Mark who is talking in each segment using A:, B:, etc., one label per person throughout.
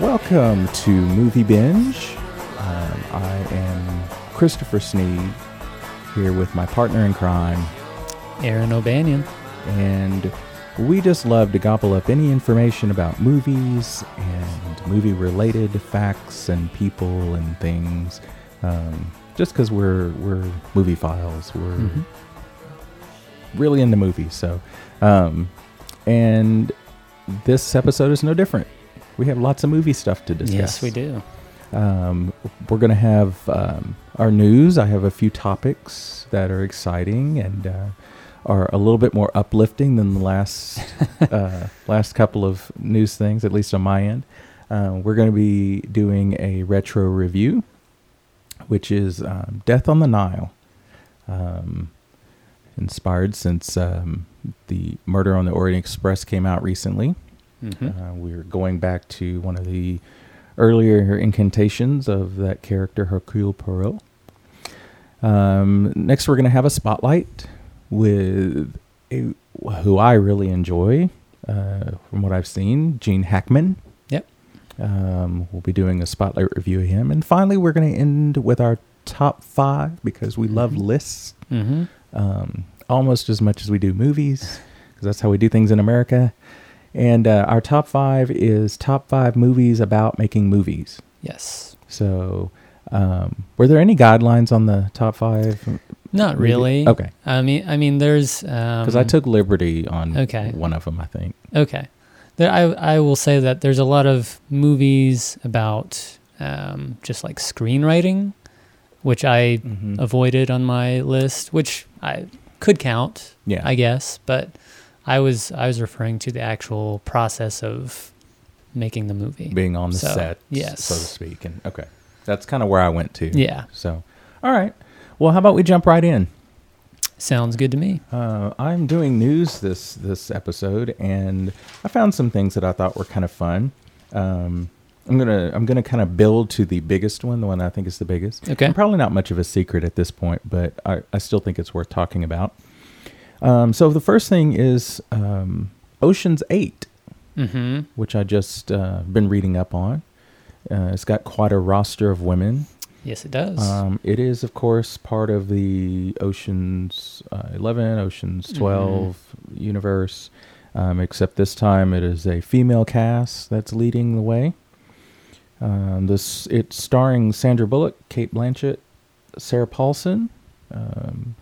A: welcome to Movie Binge. Um, I am Christopher Sneed here with my partner in crime,
B: Aaron O'Banion.
A: and we just love to gobble up any information about movies and movie related facts and people and things. Um, just because we're, we're movie files, we're
B: Mm-hmm.
A: really into movies. So, um, and this episode is no different. We have lots of movie stuff to discuss.
B: Yes, we do.
A: Um, we're going to have um, our news. I have a few topics that are exciting and uh, are a little bit more uplifting than the last uh, last couple of news things, at least on my end. Uh, we're going to be doing a retro review, which is um, Death on the Nile, um, inspired since um, the Murder on the Orient Express came out recently.
B: hmm
A: Uh, we're going back to one of the earlier incantations of that character, Hercule Poirot. Um, next, we're going to have a spotlight with a, who I really enjoy uh, from what I've seen, Gene Hackman.
B: Yep.
A: Um, we'll be doing a spotlight review of him. And finally, we're going to end with our top five because we love
B: Mhm.
A: lists
B: hmm
A: um, almost as much as we do movies, because that's how we do things in America. And uh, our top five is top five movies about making movies.
B: Yes.
A: So, um, were there any guidelines on the top five?
B: Not
A: Maybe-
B: really.
A: Okay,
B: I mean, I mean, there's um,
A: because I took liberty on
B: okay.
A: one of them, I think.
B: Okay. There, I, I will say that there's a lot of movies about um, just like screenwriting, which I
A: Mm-hmm.
B: avoided on my list, which I could count,
A: yeah,
B: I guess, but I was I was referring to the actual process of making the movie.
A: being on the
B: So,
A: set,
B: yes.
A: so to speak. And okay, that's kind of where I went to.
B: Yeah,
A: So, all right. Well, how about we jump right in?
B: sounds good to me.
A: Uh, I'm doing news this this episode, and I found some things that I thought were kind of fun. Um, I'm gonna I'm gonna kind of build to the biggest one, the one I think is the biggest.
B: Okay.
A: And probably not much of a secret at this point, but I, I still think it's worth talking about. Um, so the first thing is um, Ocean's Eight,
B: Mm-hmm.
A: which I just uh, been reading up on. Uh, it's got quite a roster of women.
B: Yes, it does.
A: Um, it is, of course, part of the Ocean's uh, Eleven, Ocean's
B: Mhm.
A: 12 universe. Um, except this time, it is a female cast that's leading the way. Um, this it's starring Sandra Bullock, Kate Blanchett, Sarah Paulson, um,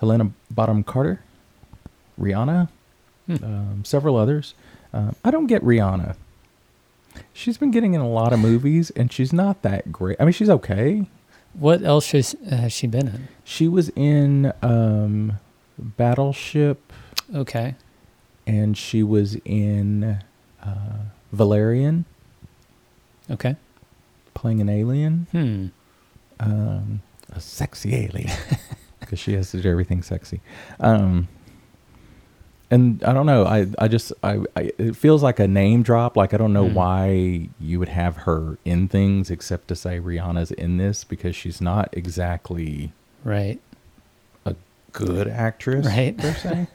A: Helena Bottom Carter, Rihanna,
B: Hmm.
A: um, several others. Um, I don't get Rihanna. She's been getting in a lot of movies, and she's not that great. I mean, she's okay.
B: what else has, has she been in?
A: She was in um, Battleship,
B: Okay.
A: and she was in uh, Valerian,
B: Okay.
A: playing an alien,
B: Hmm.
A: um, a sexy alien, because she has to do everything sexy. Um, and I don't know. I I just I, I it feels like a name drop. Like I don't know
B: Hmm.
A: why you would have her in things except to say Rihanna's in this because she's not exactly
B: Right.
A: good actress.
B: Right.
A: per se.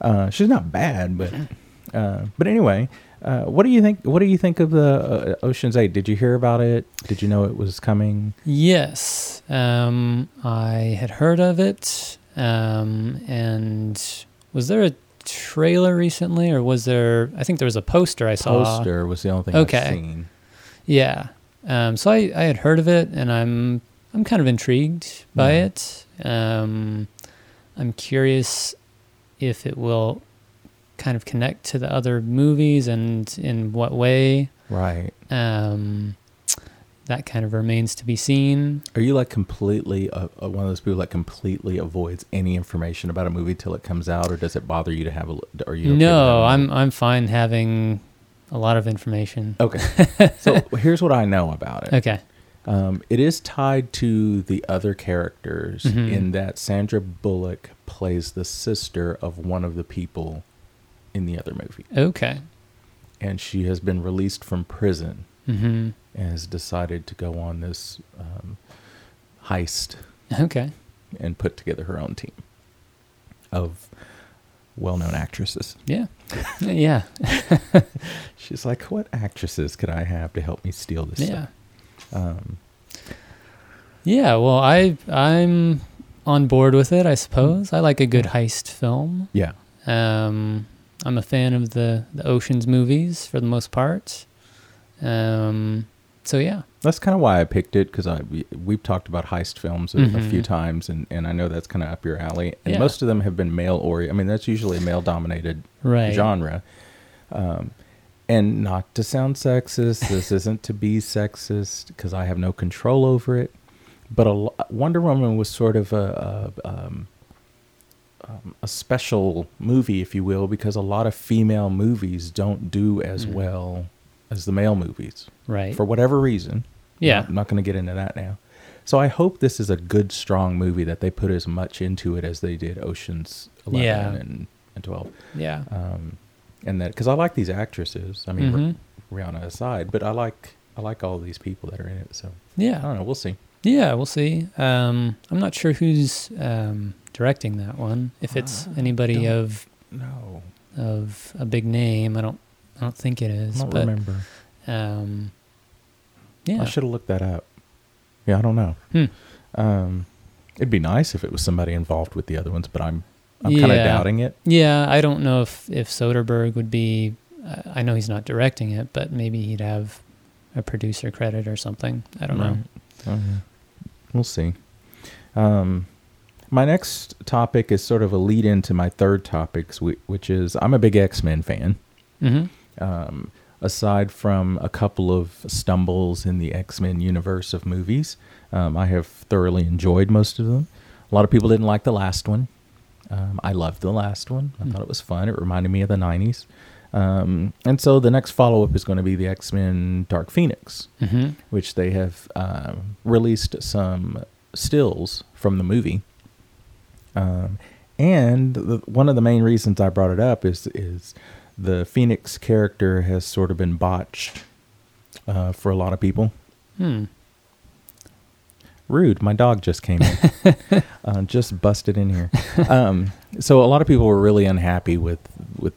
A: uh, she's not bad, but uh, but anyway, uh, what do you think? What do you think of the uh, Ocean's Eight? Did you hear about it? Did you know it was coming?
B: Yes. Um, I had heard of it. Um, and was there a trailer recently, or was there? I think there was a poster I saw.
A: Poster was the only thing I've
B: Okay.
A: seen.
B: Yeah. Um, so I, I had heard of it, and I'm I'm kind of intrigued by
A: Mhm.
B: it. Um, I'm curious if it will kind of connect to the other movies and in what way.
A: Right?
B: Um, that kind of remains to be seen.
A: Are you like completely uh, uh, one of those people that completely avoids any information about a movie till it comes out, or does it bother you to have a? l- Are you okay with
B: no,
A: that?
B: I'm I'm fine having a lot of information.
A: okay. so here's what I know about it.
B: Okay.
A: Um, it is tied to the other characters
B: Mhm.
A: in that Sandra Bullock plays the sister of one of the people in the other movie.
B: Okay.
A: And she has been released from prison
B: hmm
A: and has decided to go on this um, heist
B: Okay.
A: and put together her own team of well-known actresses.
B: Yeah. yeah.
A: She's like, what actresses could I have to help me steal this?
B: Yeah.
A: Stuff? Um,
B: Yeah. Well, I I'm on board with it, I suppose. I like a
A: Mm-hmm.
B: good heist film.
A: yeah.
B: Um, I'm a fan of the the oceans movies for the most part. Um, so yeah,
A: That's kind of why I picked it because I we- we've talked about heist films a, a few
B: Mhm.
A: times, and, and I know that's kind of up your alley. And
B: Yeah.
A: most of them have been male ori. I mean, that's usually a male dominated
B: right.
A: genre. Um, and not to sound sexist, this isn't to be sexist because I have no control over it. But a, lo- Wonder Woman was sort of a, a, um, um, a special movie, if you will, because a lot of female movies don't do as
B: Mm.
A: well as the male movies
B: Right.
A: for whatever reason.
B: Yeah.
A: I'm not going to get into that now. So I hope this is a good, strong movie that they put as much into it as they did Ocean's 11
B: Yeah.
A: and, and 12.
B: yeah.
A: Um, and that, because I like these actresses. I mean,
B: Mhm.
A: Rih- Rihanna aside, but I like I like all these people that are in it. So I
B: yeah.
A: don't know. We'll see.
B: Yeah. We'll see. Um, I'm not sure who's um, directing that one. If it's
A: Ah,
B: anybody
A: don't-
B: of
A: No,
B: of a big name, I don't I don't think it
A: I
B: is.
A: don't
B: But
A: remember.
B: um, yeah.
A: I should have looked that up. Yeah, I don't know.
B: Hmm.
A: Um, it'd be nice if it was somebody involved with the other ones, but I'm I'm kind of
B: Yeah.
A: doubting it.
B: Yeah, I don't know if if Soderbergh would be. I- I know he's not directing it, but maybe he'd have a producer credit or something. I don't know.
A: Right. Okay. Oh, We'll see. Um, my next topic is sort of a lead into my third topic, whi- which is I'm a big X Men fan.
B: hmm
A: Um, aside from a couple of stumbles in the X Men universe of movies, um, I have thoroughly enjoyed most of them. A lot of people didn't like the last one. Um, I loved the last one. I
B: Hmm.
A: thought it was fun. It reminded me of the 90s. Um, and so the next follow up is going to be the X Men Dark Phoenix
B: hmm
A: which they have um, released some stills from the movie. Um, and the, one of the main reasons I brought it up is is the Phoenix character has sort of been botched uh, for a lot of people.
B: Hmm.
A: Rude. My dog just came in. uh, just busted in here. Um, so a lot of people were really unhappy with with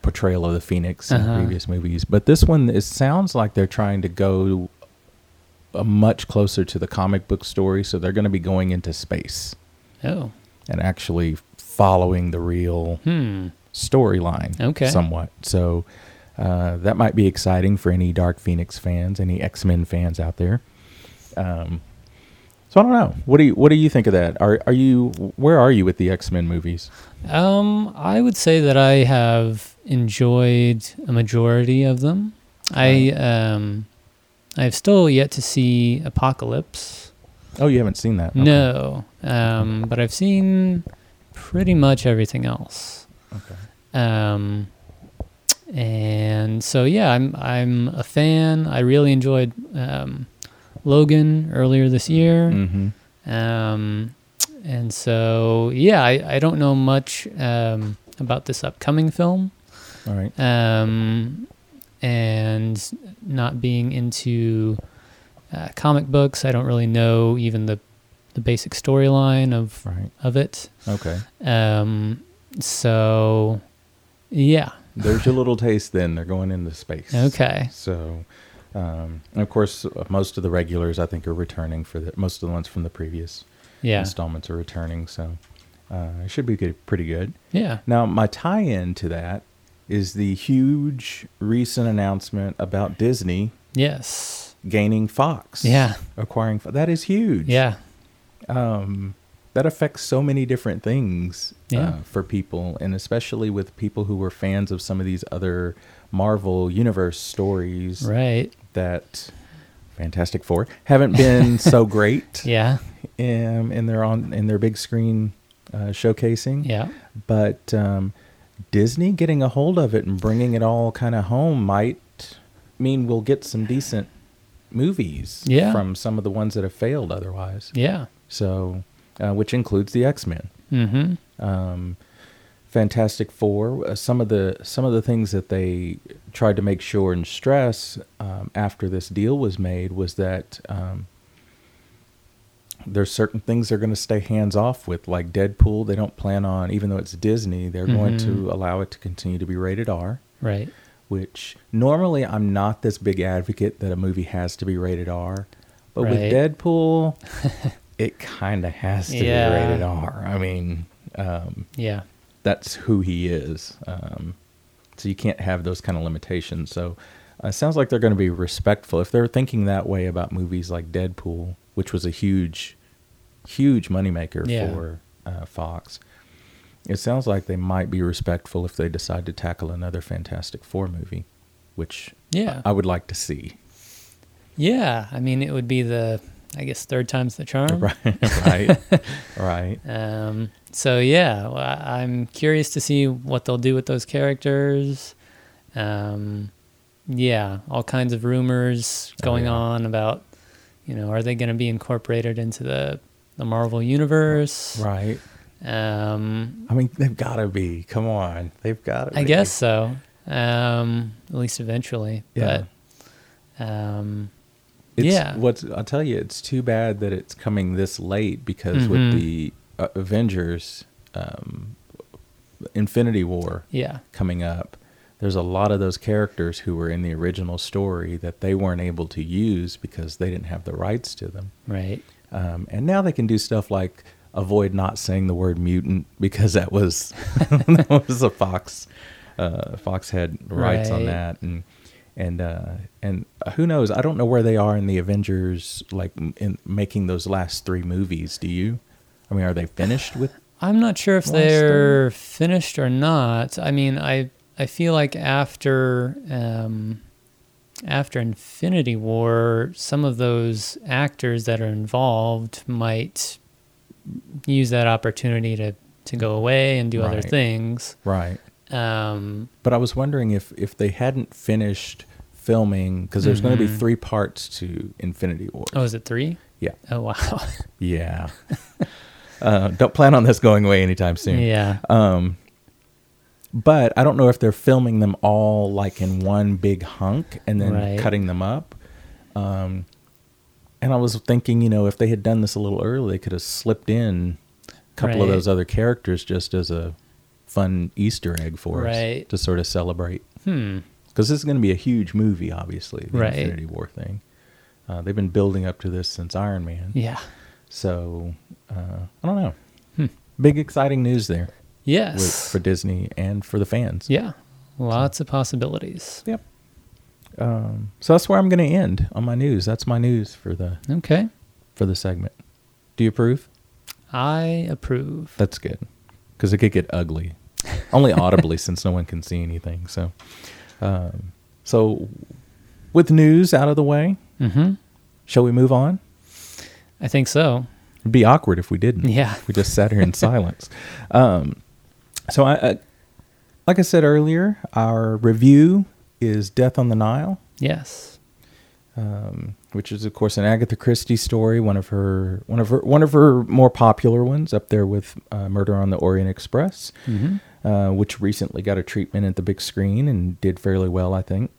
A: portrayal of the Phoenix in
B: Uh-huh.
A: previous movies, but this one it sounds like they're trying to go a much closer to the comic book story. So they're going to be going into space
B: Oh.
A: and actually following the real
B: Hmm.
A: storyline
B: Okay.
A: somewhat. So uh, that might be exciting for any Dark Phoenix fans, any X Men fans out there. Um, so I don't know. What do you What do you think of that? Are Are you Where are you with the X Men movies?
B: Um, I would say that I have enjoyed a majority of them. I um, I've still yet to see Apocalypse.
A: Oh, you haven't seen that? Okay.
B: No. Um, but I've seen pretty much everything else.
A: Okay.
B: Um, and so yeah, I'm I'm a fan. I really enjoyed um, Logan earlier this year.
A: Mm-hmm.
B: Um, and so yeah, I, I don't know much um, about this upcoming film.
A: All right.
B: Um, and not being into uh, comic books, I don't really know even the the basic storyline of
A: Right.
B: of it.
A: Okay.
B: Um, so yeah,
A: There's your little taste. Then they're going into space.
B: Okay.
A: So, um, and of course, uh, most of the regulars I think are returning for the most of the ones from the previous
B: Yeah.
A: installments are returning. So, uh, it should be good, pretty good.
B: Yeah.
A: Now, my tie in to that is the huge recent announcement about Disney
B: Yes.
A: gaining Fox.
B: Yeah.
A: Acquiring Fo- That is huge.
B: Yeah.
A: Um, that affects so many different things
B: Yeah.
A: uh, for people, and especially with people who were fans of some of these other Marvel Universe stories
B: Right.
A: that Fantastic Four haven't been so great
B: Yeah.
A: um, in their on in their big screen uh, showcasing.
B: Yeah.
A: but um, Disney getting a hold of it and bringing it all kind of home might mean we'll get some decent movies
B: Yeah.
A: from some of the ones that have failed otherwise.
B: Yeah.
A: So, uh, which includes the X Men,
B: Mm-hmm.
A: um, Fantastic Four. Uh, some of the some of the things that they tried to make sure and stress um, after this deal was made was that um, there's certain things they're going to stay hands off with, like Deadpool. They don't plan on, even though it's Disney, they're going
B: Mm-hmm.
A: to allow it to continue to be rated R.
B: Right.
A: Which normally I'm not this big advocate that a movie has to be rated R, but with
B: Right.
A: Deadpool, it kind of has to
B: Yeah.
A: be rated R. I mean, um,
B: Yeah.
A: that's who he is. Um, so you can't have those kind of limitations. So uh, it sounds like they're going to be respectful. If they're thinking that way about movies like Deadpool, which was a huge, huge moneymaker
B: Yeah.
A: for uh, Fox, it sounds like they might be respectful if they decide to tackle another Fantastic Four movie, which
B: Yeah.
A: I would like to see.
B: yeah. I mean, it would be the, I guess, third time's the charm.
A: Right, right, right.
B: Um, so yeah, well, I- I'm curious to see what they'll do with those characters. Um, yeah, all kinds of rumors
A: Oh,
B: going
A: yeah.
B: on about, you know, are they going to be incorporated into the the Marvel universe?
A: Right.
B: Um,
A: I mean, they've got to be. Come on, they've got to.
B: I guess so. Um, at least eventually.
A: Yeah.
B: But, um,
A: It's,
B: Yeah.
A: What's I'll tell you, it's too bad that it's coming this late because
B: Mhm.
A: with the uh, Avengers, um, Infinity War
B: yeah.
A: coming up, there's a lot of those characters who were in the original story that they weren't able to use because they didn't have the rights to them.
B: Right.
A: Um, and now they can do stuff like avoid not saying the word mutant because that was that was a fox uh, fox had rights on
B: Right.
A: that and and uh, and who knows I don't know where they are in the Avengers like m- in making those last three movies do you I mean are they finished with
B: I'm not sure if
A: Last
B: they're finished or not. I mean, I I feel like after um, after Infinity War, some of those actors that are involved might use that opportunity to to go away and do other
A: Right.
B: things.
A: right
B: Um,
A: but I was wondering if if they hadn't finished filming because there's going to be
B: Mhm.
A: three parts to Infinity War
B: oh, is it three?
A: yeah
B: Oh, wow.
A: yeah uh, don't plan on this going away anytime soon
B: yeah.
A: Um, but I don't know if they're filming them all like in one big hunk and then
B: Right.
A: cutting them up. Um, and I was thinking, you know, if they had done this a little early, they could have slipped in a couple of
B: Right.
A: those other characters just as a fun Easter egg for us
B: Right.
A: to sort of celebrate.
B: hmm.
A: Because this is going to be a huge movie, obviously, the
B: Right.
A: Infinity War thing. Uh, they've been building up to this since Iron Man.
B: Yeah.
A: So uh, I don't know.
B: Hmm.
A: Big exciting news there with,
B: Yes.
A: for Disney and for the fans.
B: yeah. Lots of possibilities.
A: Yep. Um, so that's where I'm going to end on my news. That's my news for the
B: Okay.
A: for the segment. Do you approve?
B: I approve.
A: That's good because it could get ugly, only audibly since no one can see anything. So, um, so with news out of the way,
B: hmm
A: shall we move on?
B: I think so.
A: It'd be awkward if we didn't.
B: Yeah.
A: we just sat here in silence. Um, so I, uh, like I said earlier, our review is Death on the Nile.
B: Yes.
A: um, which is of course an Agatha Christie story, one of her one of her one of her more popular ones, up there with uh, Murder on the Orient Express,
B: Mm-hmm.
A: uh, which recently got a treatment at the big screen and did fairly well, I think.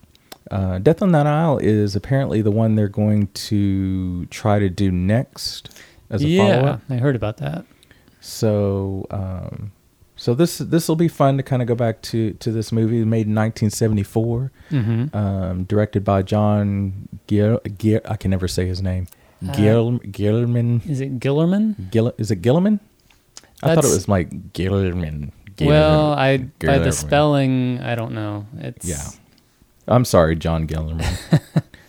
A: Uh, Death on the Nile is apparently the one they're going to try to do next as a
B: yeah,
A: follow-up.
B: I heard about that.
A: So, um, so this this will be fun to kind of go back to to this movie made in 1974
B: Mm-hmm.
A: um, directed by John Gil, Gil I can never say his name.
B: Uh,
A: Gil Gilman
B: Is it Gillerman?
A: Gil, is it Gilliman? I thought it
B: That's-
A: was like Gilman.
B: well, I by the
A: Gillerman.
B: spelling, I don't know. It's
A: Yeah. I'm sorry, John Gilman.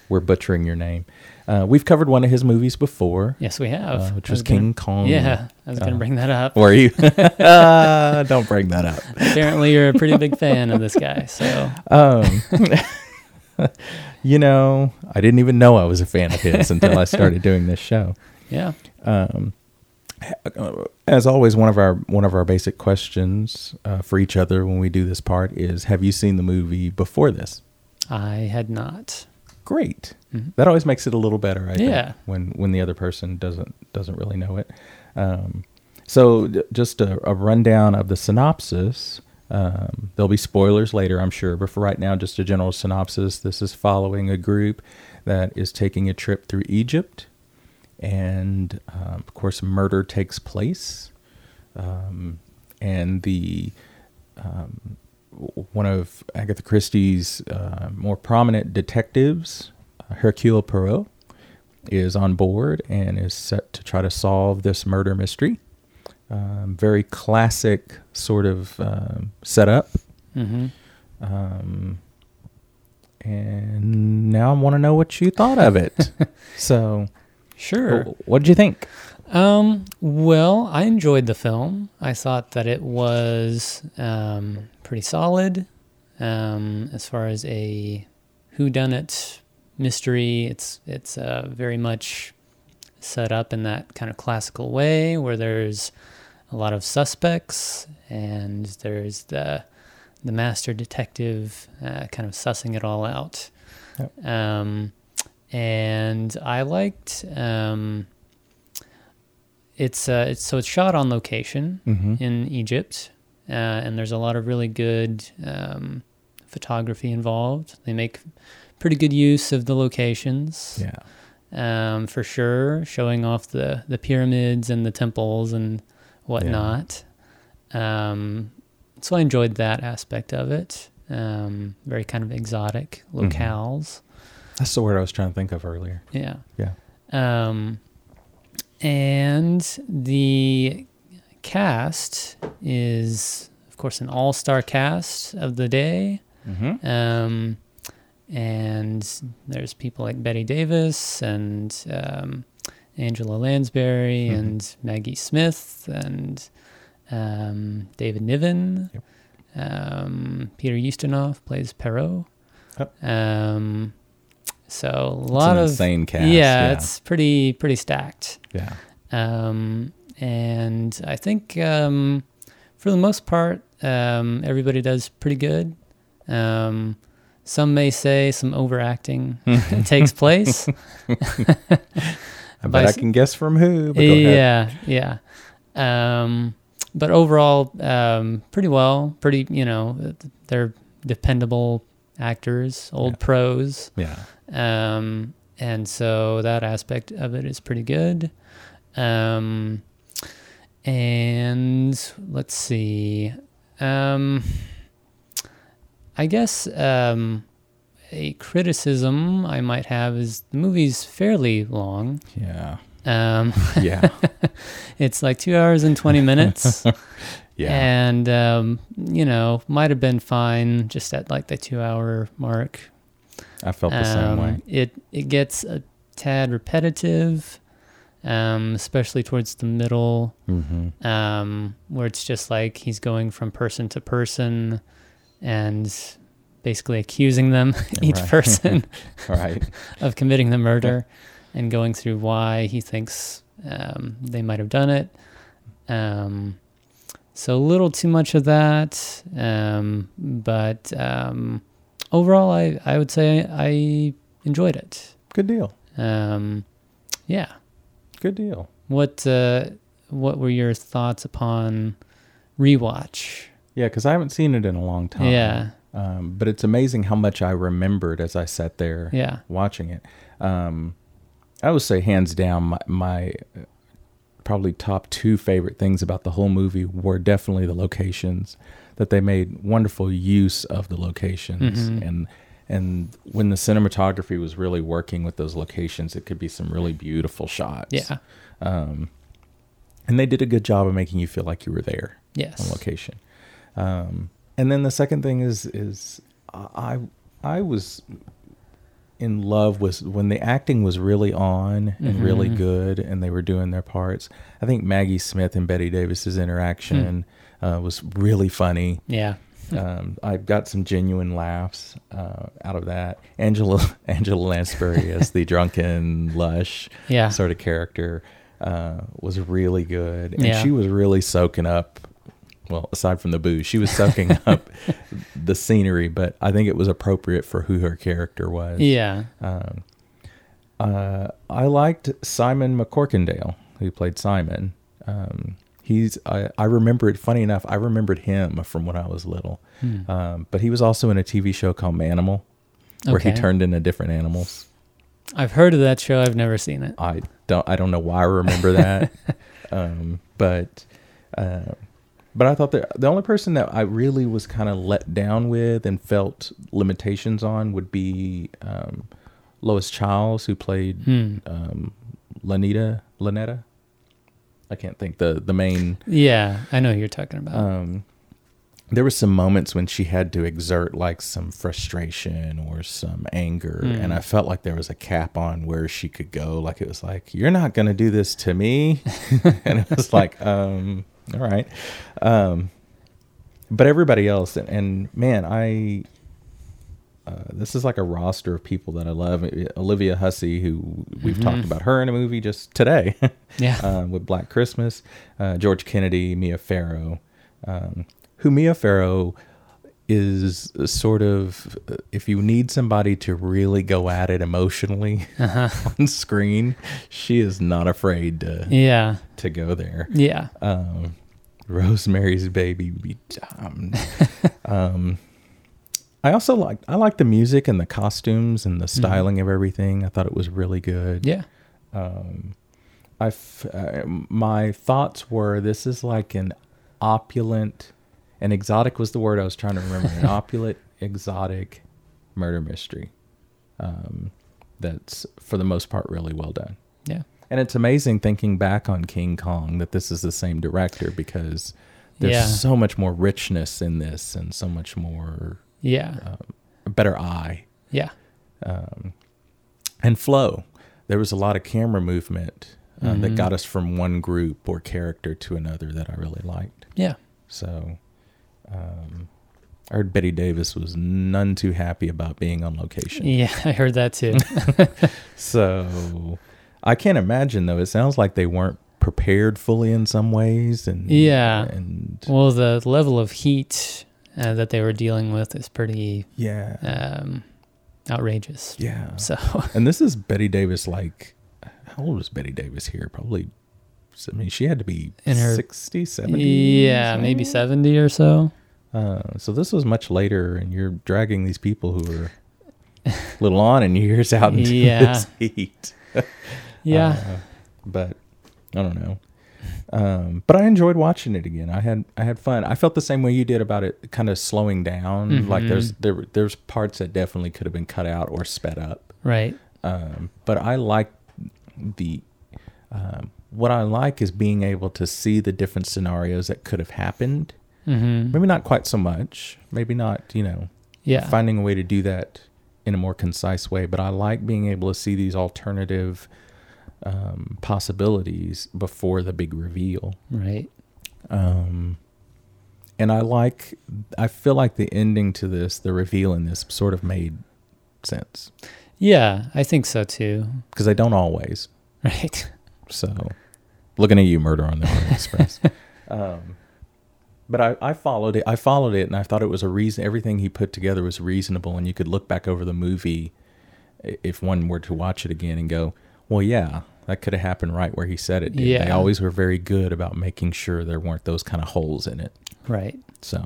A: We're butchering your name. Uh, we've covered one of his movies before,
B: Yes, we have.
A: uh, which
B: I
A: was
B: gonna-
A: King Kong.
B: Yeah, I was going to
A: Uh,
B: bring that up.
A: Were you? Ah, don't bring that up.
B: Apparently, you're a pretty big fan of this guy. So
A: Um, you know, I didn't even know I was a fan of his until I started doing this show.
B: yeah,
A: As always, one of our one of our basic questions uh, for each other when we do this part is: Have you seen the movie before this?
B: I had not.
A: Great. That always makes it a little better, I
B: Yeah.
A: think, when when the other person doesn't doesn't really know it. Um, so, d- just a, a rundown of the synopsis. Um, there'll be spoilers later, I'm sure, but for right now, just a general synopsis. This is following a group that is taking a trip through Egypt and um, of course, murder takes place. Um, and the um, w- one of Agatha Christie's uh, more prominent detectives, uh, Hercule Poirot, is on board and is set to try to solve this murder mystery. Um, very classic sort of um, setup.
B: Mm-hmm.
A: Um, and now I want to know what you thought of it. so,
B: Sure.
A: what did you think?
B: Um, well, I enjoyed the film. I thought that it was um, pretty solid um, as far as a whodunit mystery. It's it's uh, very much set up in that kind of classical way where there's a lot of suspects and there's the the master detective uh, kind of sussing it all out.
A: Yep.
B: Um, and I liked. Um, it's uh, it's so it's shot on location
A: Mm-hmm.
B: in Egypt, uh, and there's a lot of really good um, photography involved. They make pretty good use of the locations,
A: Yeah.
B: um, for sure, showing off the the pyramids and the temples and whatnot. Um, so I enjoyed that aspect of it. Um, very kind of exotic
A: Mhm.
B: locales.
A: That's the word I was trying to think of earlier.
B: Yeah.
A: Yeah.
B: Um, and the cast is, of course, an all star cast of the day.
A: Mm-hmm.
B: Um, and there's people like Betty Davis and um, Angela Lansbury
A: Mhm.
B: and Maggie Smith and um, David Niven.
A: Yep.
B: Um, Peter Ustinov plays Perot.
A: Yep.
B: Um, so a lot of
A: insane cast.
B: yeah, it's pretty pretty stacked.
A: yeah.
B: Um, and I think um, for the most part, um, everybody does pretty good. Um, some may say some overacting takes place.
A: I
B: By
A: bet I
B: s-
A: can guess from who. But go ahead.
B: yeah, yeah. Um, but overall, um, pretty well. Pretty, you know, they're dependable actors, old
A: Yeah.
B: pros.
A: Yeah.
B: Um, and so that aspect of it is pretty good. Um, and let's see. Um, I guess um, a criticism I might have is the movie's fairly long.
A: Yeah.
B: Um,
A: Yeah.
B: it's like two hours and 20 minutes.
A: Yeah.
B: And, um, you know, might have been fine just at like the two hour mark.
A: I felt the same way.
B: Um, It it gets a tad repetitive, um, especially towards the middle,
A: Mm-hmm.
B: um, where it's just like he's going from person to person, and basically accusing them each
A: Right.
B: person
A: Right.
B: of committing the murder, and going through why he thinks um, they might have done it. Um, so a little too much of that, um, but um, overall, I I would say I enjoyed it.
A: Good deal.
B: Um, yeah.
A: Good deal.
B: What uh, what were your thoughts upon rewatch?
A: Yeah, because Oh, I haven't seen it in a long time.
B: Yeah,
A: Um, but it's amazing how much I remembered as I sat there
B: yeah,
A: watching it. Um, I would say hands down, my, my uh, probably top two favorite things about the whole movie were definitely the locations that they made wonderful use of the locations
B: Mhm.
A: and and when the cinematography was really working with those locations, it could be some really beautiful shots.
B: yeah.
A: Um, and they did a good job of making you feel like you were there on
B: Yes.
A: location. Um, and then the second thing is is I I was in love with when the acting was really on and really
B: Mhm.
A: good and they were doing their parts. I think Maggie Smith and Betty Davis's interaction uh, was really funny.
B: Yeah.
A: Um, I got some genuine laughs uh, out of that. Angela Angela Lansbury as the drunken lush
B: Yeah.
A: sort of character uh, was really good, and
B: Yeah.
A: she was really soaking up. Well, aside from the booze, she was soaking up the scenery, but I think it was appropriate for who her character was.
B: yeah.
A: Um, uh, I liked Simon McCorkindale, who played Simon. Um, he's I, I remembered funny enough, I remembered him from when I was little.
B: Hmm.
A: Um, but he was also in a TV show called Manimal, where he
B: Okay.
A: turned into different animals.
B: I've heard of that show. I've never seen it.
A: I don't I don't know why I remember that, um, but uh, but I thought that the only person that I really was kind of let down with and felt limitations on would be um, Lois Childs, who played
B: Hmm.
A: um, Lanita Lanetta. I can't think the the main.
B: Yeah, I know who you're talking about.
A: Um, there were some moments when she had to exert like some frustration or some anger,
B: Mm.
A: and I felt like there was a cap on where she could go. Like it was like, "You're not gonna do this to me," and it was like, um, "All right." Um, but everybody else, and, and man, I uh, this is like a roster of people that I love. Olivia Hussey, who we've talked about her in a movie just today.
B: yeah.
A: uh, with Black Christmas, uh, George Kennedy, Mia Farrow, um, who Mia Farrow is a sort of if you need somebody to really go at it emotionally on screen, she is not afraid to
B: yeah.
A: to go there.
B: Yeah.
A: Um, Rosemary's Baby would be dumb. um, I also like I like the music and the costumes and the styling of everything. I thought it was really good.
B: Yeah.
A: Um, I f- uh, my thoughts were this is like an opulent, and exotic was the word I was trying to remember. An opulent, exotic murder mystery. Um, that's for the most part really well done.
B: Yeah.
A: And it's amazing thinking back on King Kong that this is the same director because there's
B: Yeah.
A: so much more richness in this and so much more
B: Yeah.
A: uh, a better eye
B: yeah.
A: um, and flow. There was a lot of camera movement uh,
B: Mm-hmm.
A: that got us from one group or character to another that I really liked.
B: Yeah.
A: So um, I heard Betty Davis was none too happy about being on location.
B: Yeah. I heard that too.
A: So I can't imagine though. It sounds like they weren't prepared fully in some ways, and
B: Yeah.
A: and
B: well, the level of heat uh, that they were dealing with is pretty
A: yeah,
B: um, outrageous.
A: yeah.
B: So,
A: And this is Betty Davis. Like, how old was Betty Davis here? Probably. I mean, she had to be
B: In her-
A: 60, 70.
B: yeah, maybe 70 or so.
A: Uh, so this was much later, and you're dragging these people who are a little on in years out into
B: Yeah.
A: this heat.
B: Yeah.
A: Uh, but I don't know. Um, but I enjoyed watching it again. I had I had fun. I felt the same way you did about it, kind of slowing down. Like
B: Mm-hmm.
A: there's there were- there's parts that definitely could have been cut out or sped up.
B: right.
A: Um, but I like the um, what I like is being able to see the different scenarios that could have happened.
B: Mm-hmm.
A: Maybe not quite so much. Maybe not you know
B: Yeah.
A: finding a way to do that in a more concise way. But I like being able to see these alternative um, possibilities before the big reveal.
B: Right.
A: Um, and I like, I feel like the ending to this, the reveal in this, sort of made sense
B: Yeah. I think so too.
A: because they don't always.
B: Right.
A: So, looking at you, Murder on the Orient Express. um, but I, I followed it. I followed it, and I thought it was a reason. Everything he put together was reasonable, and you could look back over the movie i- if one were to watch it again and go, "Well, yeah, that could have happened right where he said it did." They
B: Yeah.
A: always were very good about making sure there weren't those kind of holes in it.
B: Right.
A: So,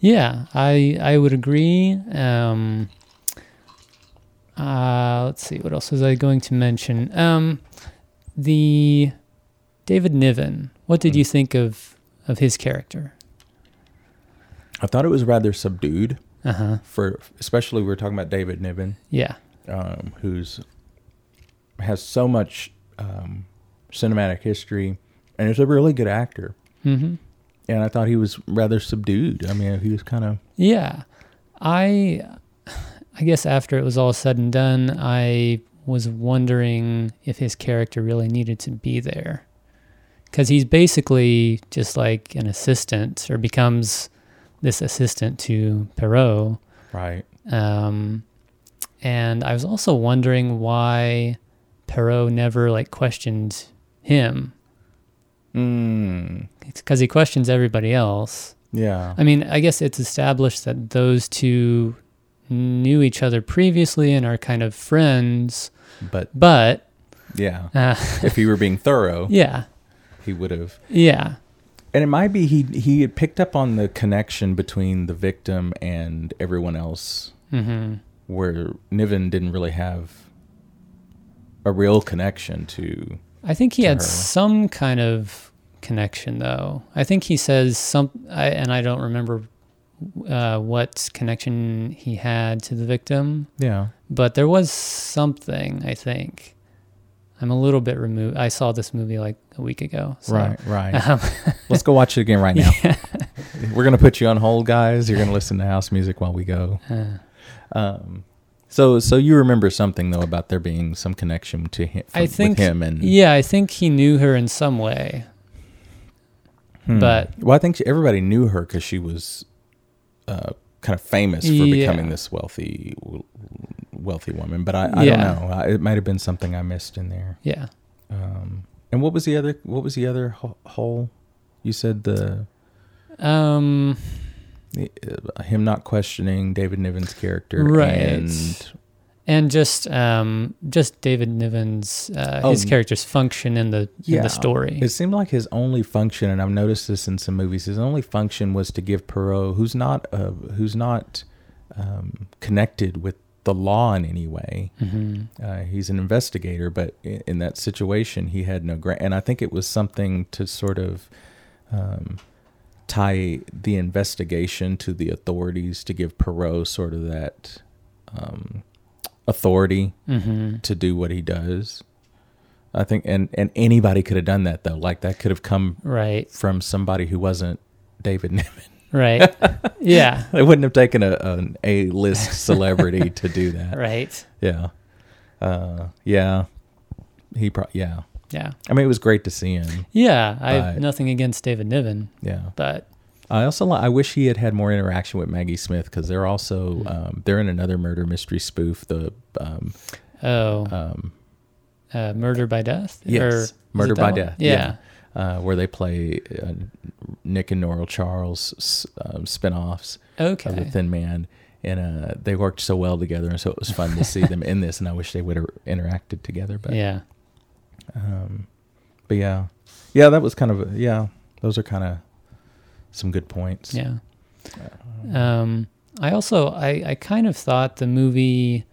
B: Yeah, I I would agree. Um, uh, let's see, what else was I going to mention? Um, the David Niven. What did you think of of his character?
A: I thought it was rather subdued
B: Uh huh.
A: for, especially we were talking about David Niven.
B: Yeah.
A: um, who's has so much um, cinematic history and is a really good actor.
B: Mm-hmm.
A: And I thought he was rather subdued. I mean, he was kind of
B: Yeah, I I guess after it was all said and done, I was wondering if his character really needed to be there. Because he's basically just like an assistant, or becomes this assistant to Perot.
A: right.
B: Um, and I was also wondering why Perot never like questioned him,
A: Mm,
B: because he questions everybody else.
A: yeah,
B: I mean, I guess it's established that those two knew each other previously and are kind of friends,
A: but
B: but
A: yeah,
B: uh,
A: if he were being thorough,
B: yeah,
A: he would have.
B: yeah,
A: And it might be he he had picked up on the connection between the victim and everyone else
B: hmm
A: where Niven didn't really have a real connection to.
B: I think he
A: to
B: had
A: her.
B: some kind of connection, though. I think he says some, I, and I don't remember uh, what connection he had to the victim,
A: Yeah.
B: but there was something. I think I'm a little bit removed. I saw this movie like a week ago, so.
A: Right, right.
B: Um,
A: Let's go watch it again right now. We're going to put you on hold, guys. You're going to listen to house music while we go.
B: uh,
A: Um, so, so you remember something though about there being some connection to him,
B: I
A: with
B: think
A: him and
B: yeah, I think he knew her in some way.
A: Hmm.
B: but-
A: well, I think she, everybody knew her because she was uh, kind of famous for
B: Yeah.
A: becoming this wealthy, wealthy woman. But I, I
B: Yeah.
A: don't know. I, it might have been something I missed in there.
B: Yeah,
A: Um, and what was the other? What was the other ho- hole? You said the,
B: um,
A: the uh, him not questioning David Niven's character,
B: Right.
A: And
B: and just um, just David Niven's uh,
A: Oh,
B: his character's function in the in
A: Yeah,
B: the story.
A: It seemed like his only function, and I've noticed this in some movies, his only function was to give Perot, who's not uh, who's not um, connected with the law in any way.
B: Mhm.
A: Uh, he's an investigator, but in, in that situation, he had no grant. And I think it was something to sort of um, tie the investigation to the authorities to give Perot sort of that um, authority
B: Mm-hmm.
A: to do what he does. I think, and and anybody could have done that though. Like that could have come
B: Right.
A: from somebody who wasn't David Niven.
B: Right. yeah.
A: they wouldn't have taken a an A list celebrity to do that.
B: Right.
A: Yeah, uh, yeah. He probably yeah.
B: Yeah.
A: I mean, it was great to see him.
B: Yeah. I have
A: But-
B: nothing against David Niven,
A: Yeah.
B: but
A: I also li- I wish he had had more interaction with Maggie Smith because they're also um, they're in another murder mystery spoof. The um,
B: oh,
A: um,
B: uh, Murder by Death.
A: Yes.
B: is
A: Murder
B: it that
A: by
B: one?
A: Death,
B: Yeah.
A: yeah. uh, where they play uh, Nick and Norrell Charles s- um, spinoffs of the
B: Okay.
A: Thin Man, and uh, they worked so well together, and so it was fun to see them in this. And I wish they would have interacted together, but
B: yeah.
A: um, but yeah, yeah, that was kind of a, yeah. Those are kind of some good points.
B: Yeah. Um, I also I, I kind of thought the movie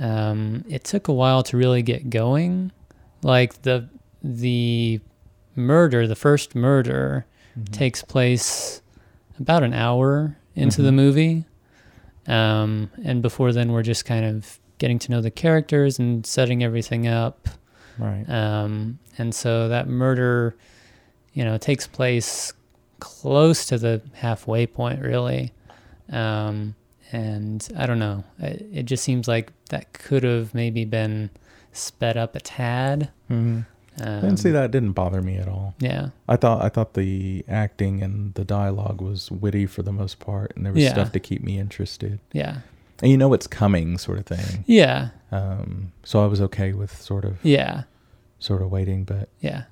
B: um, it took a while to really get going. Like the the murder, the first murder
A: Mm-hmm.
B: takes place about an hour into the
A: Mhm.
B: movie. Um, and before then we're just kind of getting to know the characters and setting everything up.
A: right.
B: Um, and so that murder, you know, takes place close to the halfway point, really. Um, and I don't know. It, it just seems like that could have maybe been sped up a tad.
A: hmm
B: Um,
A: I didn't see that. It didn't bother me at all.
B: Yeah.
A: I thought I thought the acting and the dialogue was witty for the most part, and there was
B: Yeah.
A: stuff to keep me interested.
B: Yeah.
A: And you know what's coming, sort of thing.
B: Yeah.
A: Um, so I was okay with sort of
B: Yeah.
A: sort of waiting, but
B: Yeah.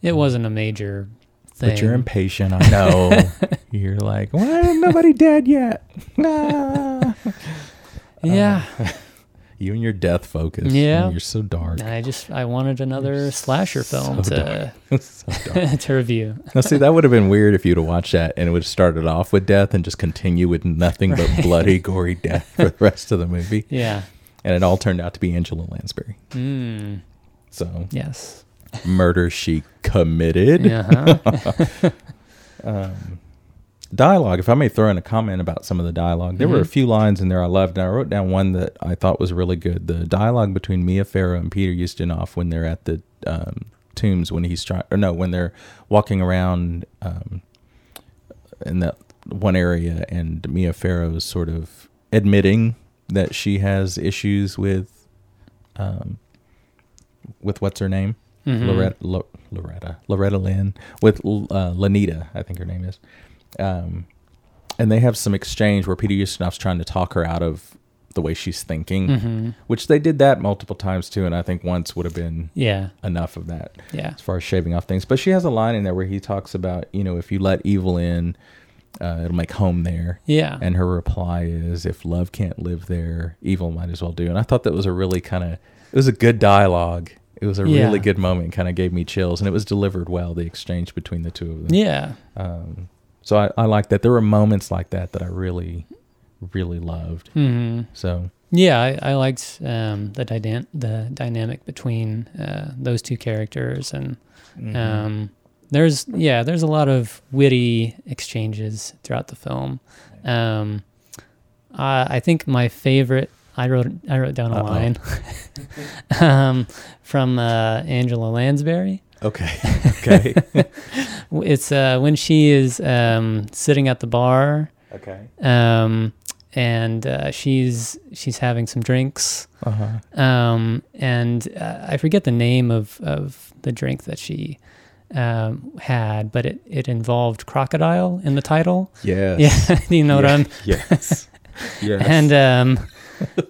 B: It wasn't a major thing.
A: but you're impatient. I know. you're like, why ain't nobody dead yet? Ah." oh,
B: yeah.
A: you and your death focus.
B: Yeah.
A: you're so dark.
B: I just I wanted another slasher film
A: so
B: to
A: so dark.
B: to review.
A: Now, see, that would have been weird if you'd have watched that and it would have started off with death and just continue with nothing but bloody, gory death for the rest of the movie.
B: Yeah.
A: And it all turned out to be Angela Lansbury.
B: Mm.
A: So,
B: Yes.
A: murder she committed.
B: Uh-huh.
A: um, dialogue. If I may throw in a comment about some of the dialogue, there were a
B: Mhm.
A: few lines in there I loved, and I wrote down one that I thought was really good. The dialogue between Mia Farrow and Peter Ustinov when they're at the um, tombs when he's trying, or no, when they're walking around um, in that one area, and Mia Farrow is sort of admitting that she has issues with. Um, with what's her name?
B: Mhm.
A: Loretta, Lo, Loretta, Loretta Lynn with uh, Lanita, I think her name is. Um, and they have some exchange where Peter Ustinov's trying to talk her out of the way she's thinking,
B: Mhm.
A: which they did that multiple times too. And I think once would have been
B: Yeah.
A: enough of that
B: Yeah.
A: as far as shaving off things. But she has a line in there where he talks about, you know, if you let evil in, uh, it'll make home there.
B: Yeah.
A: And her reply is, if love can't live there, evil might as well do. And I thought that was a really kind of, it was a good dialogue. It was a
B: Yeah.
A: really good moment, kind of gave me chills. And it was delivered well, the exchange between the two of them.
B: yeah.
A: Um, so I, I like that. There were moments like that that I really, really loved.
B: hmm
A: So
B: Yeah, I, I liked um, the dyna- the dynamic between uh, those two characters, and
C: Mhm.
A: Mm-hmm.
B: um, there's yeah, there's a lot of witty exchanges throughout the film. Um, I, I think my favorite. I wrote I wrote down a
A: Uh-oh.
B: line um, from uh, Angela Lansbury.
C: okay.
A: Okay.
B: It's uh, when she is um, sitting at the bar
A: okay.
B: um, and uh, she's she's having some drinks.
A: Uh huh.
B: Um, and uh, I forget the name of, of the drink that she um, had, but it, it involved crocodile in the title.
C: Yes.
B: Yeah, you know what
C: Yeah.
B: I'm.
C: Yes.
A: Yes.
B: And um,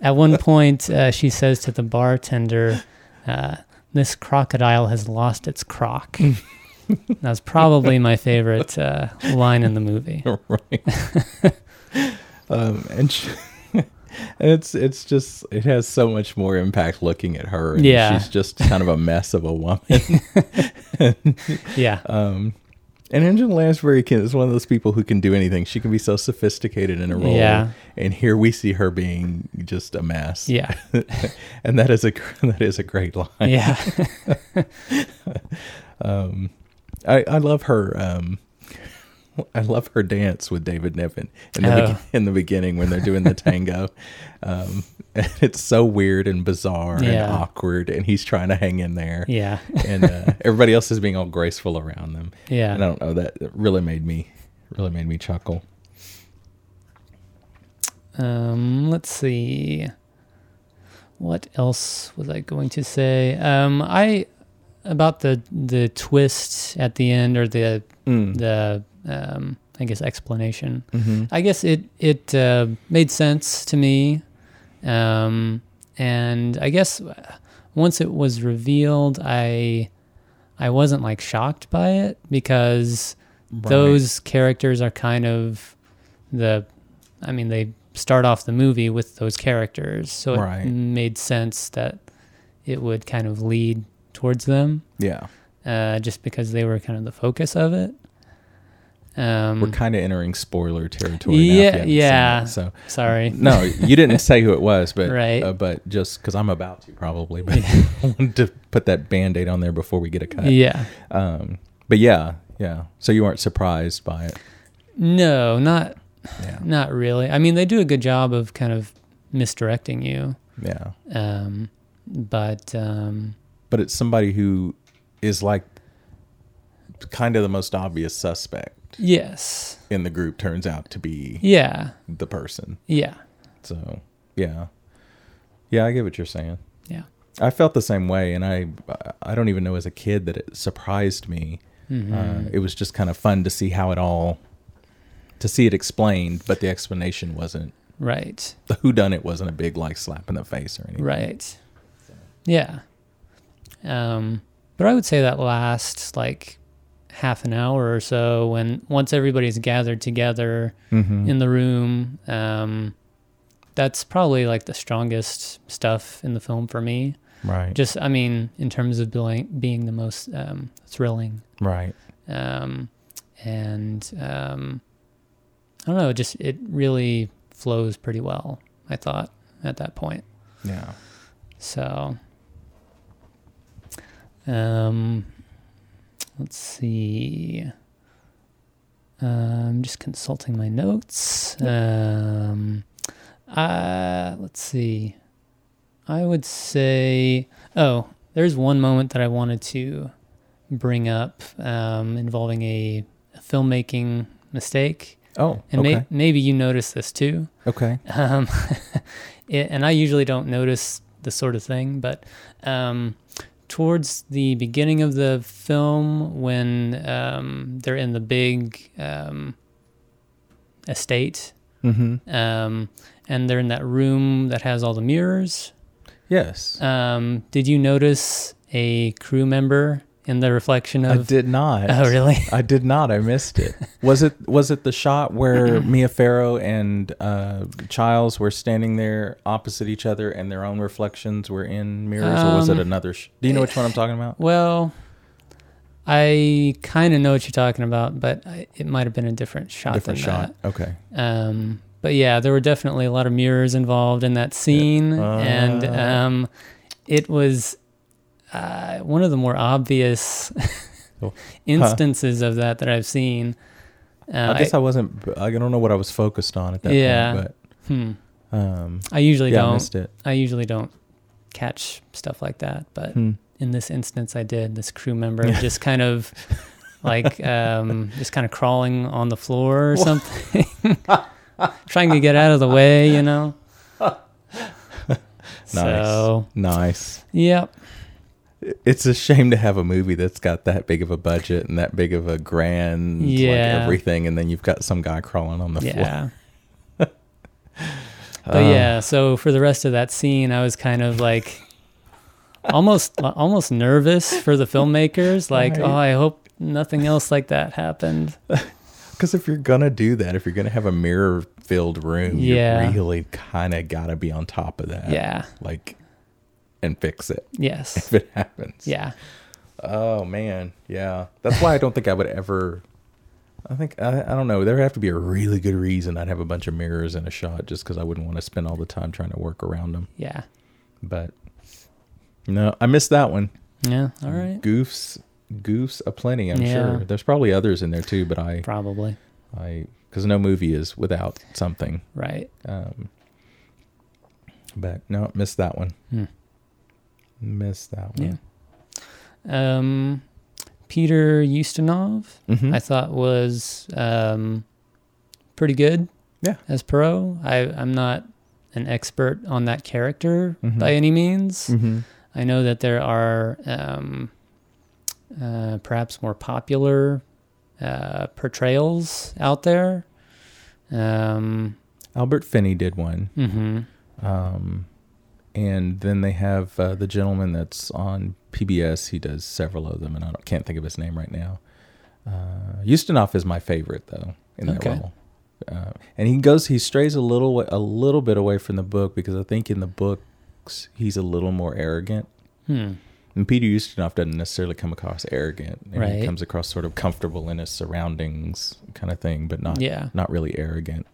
B: at one point, uh, she says to the bartender, uh, "This crocodile has lost its croc." that was probably my favorite uh, line in the movie.
A: right. um, and sh and it's it's just it has so much more impact looking at her. And
B: Yeah.
A: she's just kind of a mess of a woman.
B: Yeah,
A: Um, and Angela Lansbury can, is one of those people who can do anything. She can be so sophisticated in a role.
B: Yeah.
A: And here we see her being just a mess.
B: yeah,
A: and that is a gr- that is a great line.
B: yeah,
A: Um, I I love her. Um, I love her dance with David Niven in the,
B: Oh.
A: begi- in the beginning when they're doing the tango. Um, and it's so weird and bizarre and
B: Yeah.
A: awkward, and he's trying to hang in there,
B: yeah,
A: and uh, everybody else is being all graceful around them.
B: yeah.
A: And I don't know that that really made me really made me chuckle.
B: Um, let's see. What else was I going to say? Um, I about the the twist at the end or the
A: Hmm.
B: the um, I guess explanation.
A: Mhm.
B: I guess it it uh, made sense to me, um, and I guess uh, once it was revealed, I I wasn't like shocked by it because those characters are kind of the I mean they start off the movie with those characters, so
A: Right.
B: it made sense that it would kind of lead towards them
A: yeah,
B: uh, just because they were kind of the focus of it. Um,
A: we're kind of entering spoiler territory. now if
B: Yeah,
A: you haven't seen
B: yeah.
A: it, so
B: sorry.
A: No, you didn't say who it was, but
B: Right.
A: uh, but just because I'm about to probably, but I wanted to put that Band-Aid on there before we get a cut.
B: Yeah.
A: Um, but yeah, yeah. So you aren't surprised by it.
B: No, not
A: Yeah,
B: not really. I mean, they do a good job of kind of misdirecting you.
A: yeah.
B: Um, but um,
A: But it's somebody who is like kind of the most obvious suspect
B: yes.
A: in the group turns out to be
B: Yeah.
A: the person.
B: Yeah.
A: So yeah, yeah. I get what you're saying.
B: Yeah.
A: I felt the same way, and I I don't even know as a kid that it surprised me.
B: Mm-hmm.
A: Uh, it was just kind of fun to see how it all to see it explained, but the explanation wasn't
B: Right.
A: the who done it wasn't a big like slap in the face or anything.
B: Right. Yeah. Um, but I would say that lasts like half an hour or so when once everybody's gathered together
A: Mm-hmm.
B: in the room. Um, that's probably like the strongest stuff in the film for me.
A: Right.
B: Just, I mean, in terms of being, being the most um, thrilling.
A: right.
B: Um, and um, I don't know, it just it really flows pretty well, I thought, at that point.
A: Yeah.
B: So, um, let's see. Uh, I'm just consulting my notes. Um, uh, let's see. I would say, oh, there's one moment that I wanted to bring up um, involving a, a filmmaking mistake.
A: Oh.
B: And
A: okay.
B: may, maybe you noticed this too.
A: okay.
B: Um, it, and I usually don't notice this sort of thing, but um, towards the beginning of the film, when um, they're in the big um, estate,
A: Mm-hmm.
B: um, and they're in that room that has all the mirrors,
A: Yes.
B: um, did you notice a crew member in the reflection
A: I
B: of?
A: did not.
B: Oh, really?
A: I did not. I missed it. Was it was it the shot where Mia Farrow and uh, Childs were standing there opposite each other and their own reflections were in mirrors, or was it
B: Um,
A: another? Sh- Do you know which one I'm talking about?
B: Well, I kind of know what you're talking about, but I, it might have been a different shot
A: Different
B: than
A: shot.
B: that.
A: Okay.
B: Um, but yeah, there were definitely a lot of mirrors involved in that scene,
A: Ah.
B: and um, it was uh, one of the more obvious
A: Cool.
B: instances of that that I've seen. Uh,
A: I guess I, wasn't. I don't know what I was focused on at that
B: Yeah.
A: point,
B: hmm,
A: but um,
B: I usually
A: yeah, I
B: don't.
A: missed it.
B: I usually don't catch stuff like that, but
A: Hmm.
B: in this instance, I did. This crew member just kind of like um, just kind of crawling on the floor or something, trying to get out of the way, you know. So
A: Nice.
B: yep,
A: It's a shame to have a movie that's got that big of a budget and that big of a grand
B: Yeah.
A: like everything, and then you've got some guy crawling on the floor.
B: yeah. But
A: Uh,
B: yeah, so for the rest of that scene, I was kind of like almost uh, almost nervous for the filmmakers. Like,
A: Right.
B: oh, I hope nothing else like that happened.
A: Because if you're gonna do that, if you're gonna have a mirror-filled room,
B: Yeah.
A: you really kind of gotta be on top of that.
B: Yeah.
A: Like, and fix it
B: Yes.
A: if it happens.
B: Yeah.
A: Oh man, yeah. That's why I don't think I would ever. I think I, I don't know. There would have to be a really good reason I'd have a bunch of mirrors in a shot, just because I wouldn't want to spend all the time trying to work around them.
B: Yeah.
A: But no, I missed that one.
B: Yeah. All right.
A: Goofs, goofs aplenty. I'm
B: Yeah.
A: sure there's probably others in there too, but I,
B: Probably.
A: I, because no movie is without something.
B: Right.
A: Um, but no, missed that one.
B: Hmm.
A: Missed that
B: Yeah.
A: one.
B: Um, Peter Ustinov,
A: Mhm.
B: I thought was um, pretty good.
A: Yeah.
B: As Perot, I I'm not an expert on that character
A: Mhm.
B: by any means.
A: Mhm.
B: I know that there are um, uh, perhaps more popular uh, portrayals out there. Um,
A: Albert Finney did one.
B: hmm
A: Um, and then they have uh, the gentleman that's on PBS. He does several of them, and I don't, can't think of his name right now. Uh, Ustinov is my favorite though in that
B: Okay.
A: role. Uh, and he goes, he strays a little, wa- a little bit away from the book because I think in the books he's a little more arrogant.
B: Hmm.
A: And Peter Ustinov doesn't necessarily come across arrogant. And
B: Right.
A: He comes across sort of comfortable in his surroundings, kind of thing, but not
B: Yeah.
A: not really arrogant.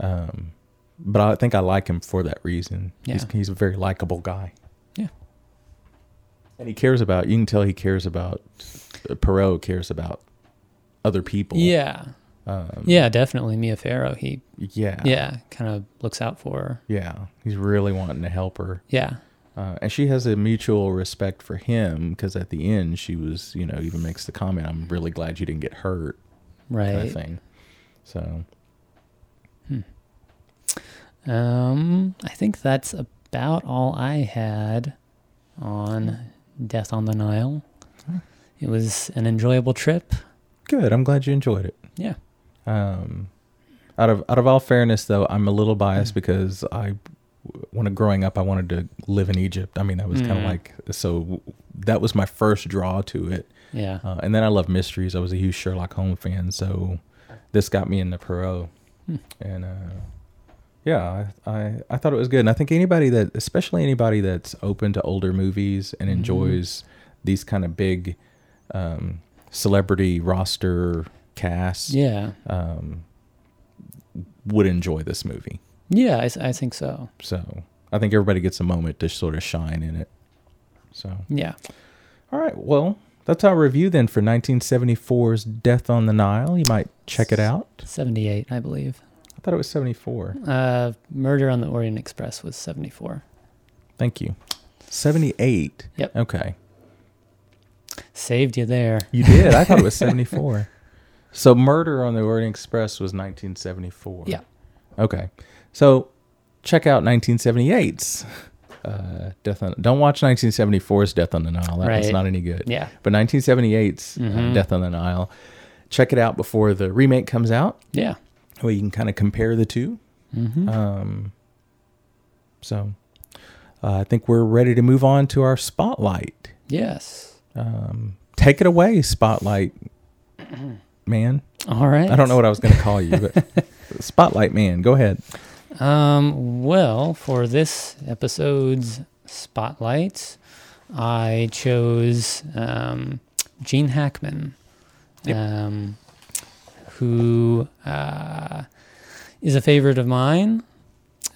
A: Um, but I think I like him for that reason. He's,
B: Yeah.
A: he's a very likable guy.
B: Yeah.
A: And he cares about. You can tell he cares about. uh, Perot cares about other people.
B: Yeah.
A: Um,
B: Yeah. Definitely Mia Farrow. He
A: Yeah.
B: yeah kind of looks out for her.
A: Yeah. He's really wanting to help her.
B: Yeah.
A: Uh, and she has a mutual respect for him because at the end she was, you know, even makes the comment, "I'm really glad you didn't get hurt,"
B: Right.
A: kind of thing. So
B: Um, I think that's about all I had on
A: Hmm.
B: Death on the Nile. It was an enjoyable trip.
A: good. I'm glad you enjoyed it.
B: Yeah.
A: Um, out of out of all fairness, though, I'm a little biased because I, when growing up, I wanted to live in Egypt. I mean, that was kind
B: Mm.
A: of like so. That was my first draw to it,
B: Yeah.
A: uh, and then I love mysteries. I was a huge Sherlock Holmes fan, so this got me into Perot,
B: Hmm.
A: and uh, yeah, I, I I thought it was good. And I think anybody that, especially anybody that's open to older movies and
B: Mhm.
A: enjoys these kind of big um, celebrity roster casts,
B: Yeah.
A: um, would enjoy this movie.
B: Yeah, I, s- I think so.
A: So I think everybody gets a moment to sort of shine in it. So,
B: Yeah.
A: all right. Well, that's our review then for 1974's Death on the Nile. You might check it out.
B: 78, I believe.
A: I thought it was 74.
B: Uh, Murder on the Orient Express was 74.
A: Thank you. 78.
B: Yep.
A: Okay.
B: Saved you there.
A: You did. I thought it was 74. So, Murder on the Orient Express was 1974.
B: Yeah.
A: Okay. So check out 1978's uh, Death on. Don't watch 1974's Death on the Nile. That one's
B: Right.
A: not any good.
B: Yeah.
A: But 1978's uh,
B: Mhm.
A: Death on the Nile. Check it out before the remake comes out.
B: Yeah.
A: Where you can kind of compare the two.
B: hmm
A: Um, so uh, I think we're ready to move on to our spotlight.
B: yes.
A: Um, take it away, spotlight man.
B: All right.
A: I don't know what I was going to call you, but spotlight man. Go ahead.
B: Um, well, for this episode's spotlight, I chose um, Gene Hackman,
A: Yep.
B: um, who uh, is a favorite of mine.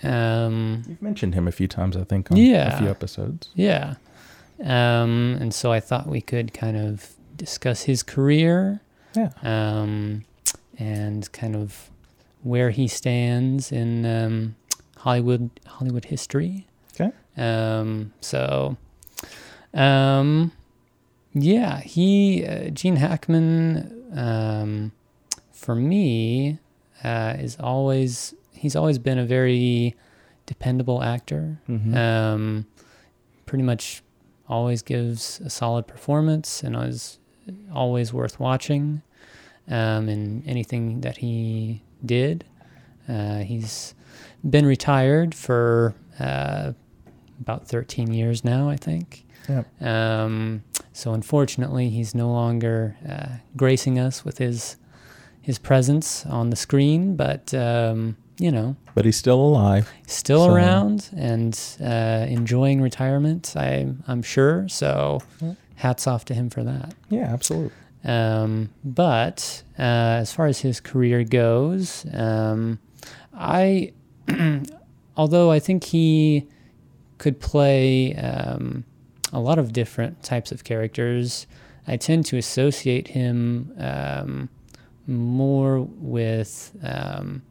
B: Um,
A: You've mentioned him a few times, I think, on
B: Yeah.
A: a few episodes.
B: yeah. Um, and so I thought we could kind of discuss his career
A: Yeah.
B: um, and kind of where he stands in um, Hollywood Hollywood history.
A: Okay.
B: Um, so, um, yeah, he uh, Gene Hackman um, for me uh, is always he's always been a very dependable actor.
A: Mm-hmm.
B: Um, pretty much always gives a solid performance and is always worth watching um, in anything that he did. Uh, he's been retired for uh, about 13 years now, I think.
A: Yep.
B: Um, so unfortunately, he's no longer uh, gracing us with his his presence on the screen. But um, you know,
A: but he's still alive.
B: still
A: So-
B: around and uh, enjoying retirement. I I'm sure. So,
A: Yeah.
B: hats off to him for that.
A: Yeah, absolutely.
B: Um, but uh, as far as his career goes, um, I although I think he could play um, a lot of different types of characters, I tend to associate him um, more with um,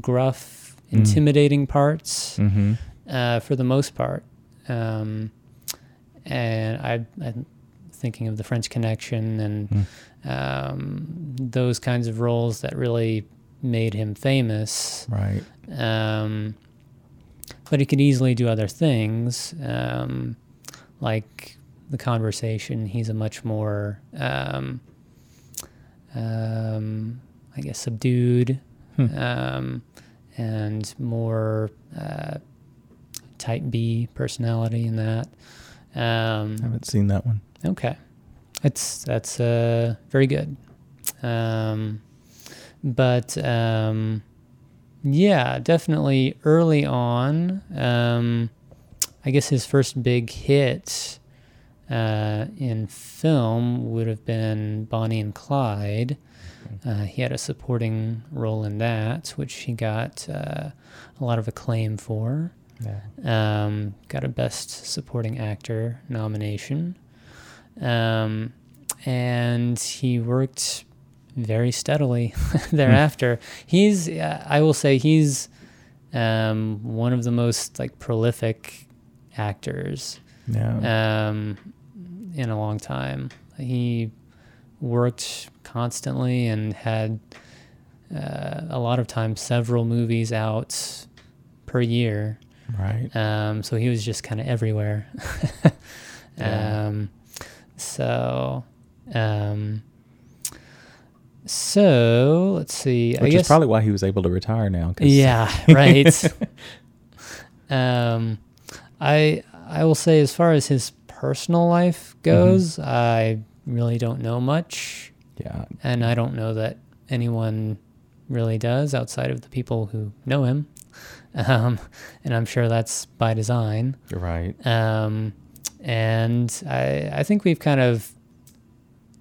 B: gruff,
A: Mm.
B: intimidating parts
A: Mm-hmm.
B: uh, for the most part. Um, and I, I'm thinking of the French Connection and
A: Mm.
B: um, those kinds of roles that really made him famous.
A: Right.
B: Um, but he could easily do other things, um, like the conversation. He's a much more, um, um, I guess, subdued
A: Hmm.
B: um, and more uh, type B personality in that.
A: I
B: Um,
A: haven't seen that one.
B: okay, it's that's uh, very good. Um, but um, yeah, definitely early on. Um, I guess his first big hit uh, in film would have been Bonnie and Clyde. Uh, he had a supporting role in that, which he got uh, a lot of acclaim for.
A: Yeah.
B: Um, got a Best Supporting Actor nomination. Um, and he worked very steadily thereafter. He's, uh, I will say, he's um, one of the most like prolific actors
A: Yeah.
B: um, in a long time. He worked constantly and had uh, a lot of times several movies out per year.
A: right.
B: Um, so he was just kind of everywhere.
A: Yeah.
B: um, so, um, so let's see. I
A: Which
B: guess
A: is probably why he was able to retire now. 'cause-
B: yeah, right. um, I I will say as far as his personal life
A: Mm-hmm.
B: goes, I really don't know much,
A: Yeah.
B: and I don't know that anyone really does outside of the people who know him, um, and I'm sure that's by design.
A: You're right.
B: Um, and I, I think we've kind of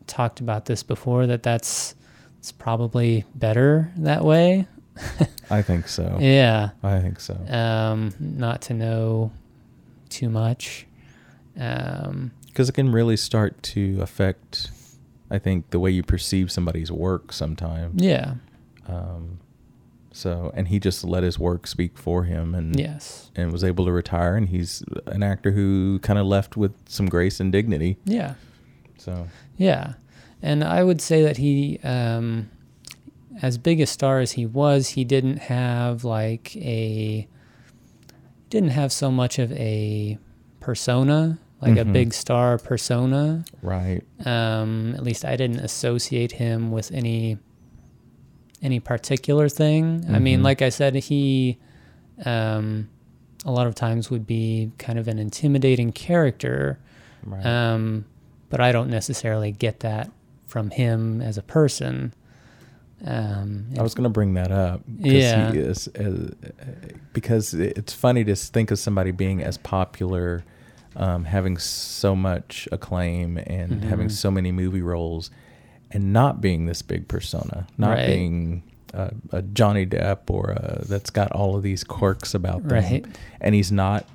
B: talked about this before that that's it's probably better that way.
A: I think so.
B: Yeah.
A: I think so.
B: Um, not to know too much. Um,
A: Because it can really start to affect, I think, the way you perceive somebody's work sometimes.
B: yeah.
A: Um, so, and he just let his work speak for him, and
B: Yes.
A: and was able to retire. And he's an actor who kind of left with some grace and dignity.
B: Yeah.
A: So,
B: Yeah. And I would say that he, um, as big a star as he was, he didn't have like a, didn't have so much of a persona, like a
A: Mhm.
B: big star persona.
A: right,
B: Um, at least I didn't associate him with any any particular thing. I mean,
A: Mhm.
B: like I said, he um, a lot of times would be kind of an intimidating character,
A: right,
B: um, but I don't necessarily get that from him as a person. Um,
A: I was going to bring that up. 'cause
B: Yeah.
A: He is, uh, because it's funny to think of somebody being as popular, um, having so much acclaim and
B: Mm-hmm.
A: having so many movie roles, and not being this big persona, not
B: Right.
A: being a, a Johnny Depp or a, that's got all of these quirks about them,
B: Right.
A: and he's not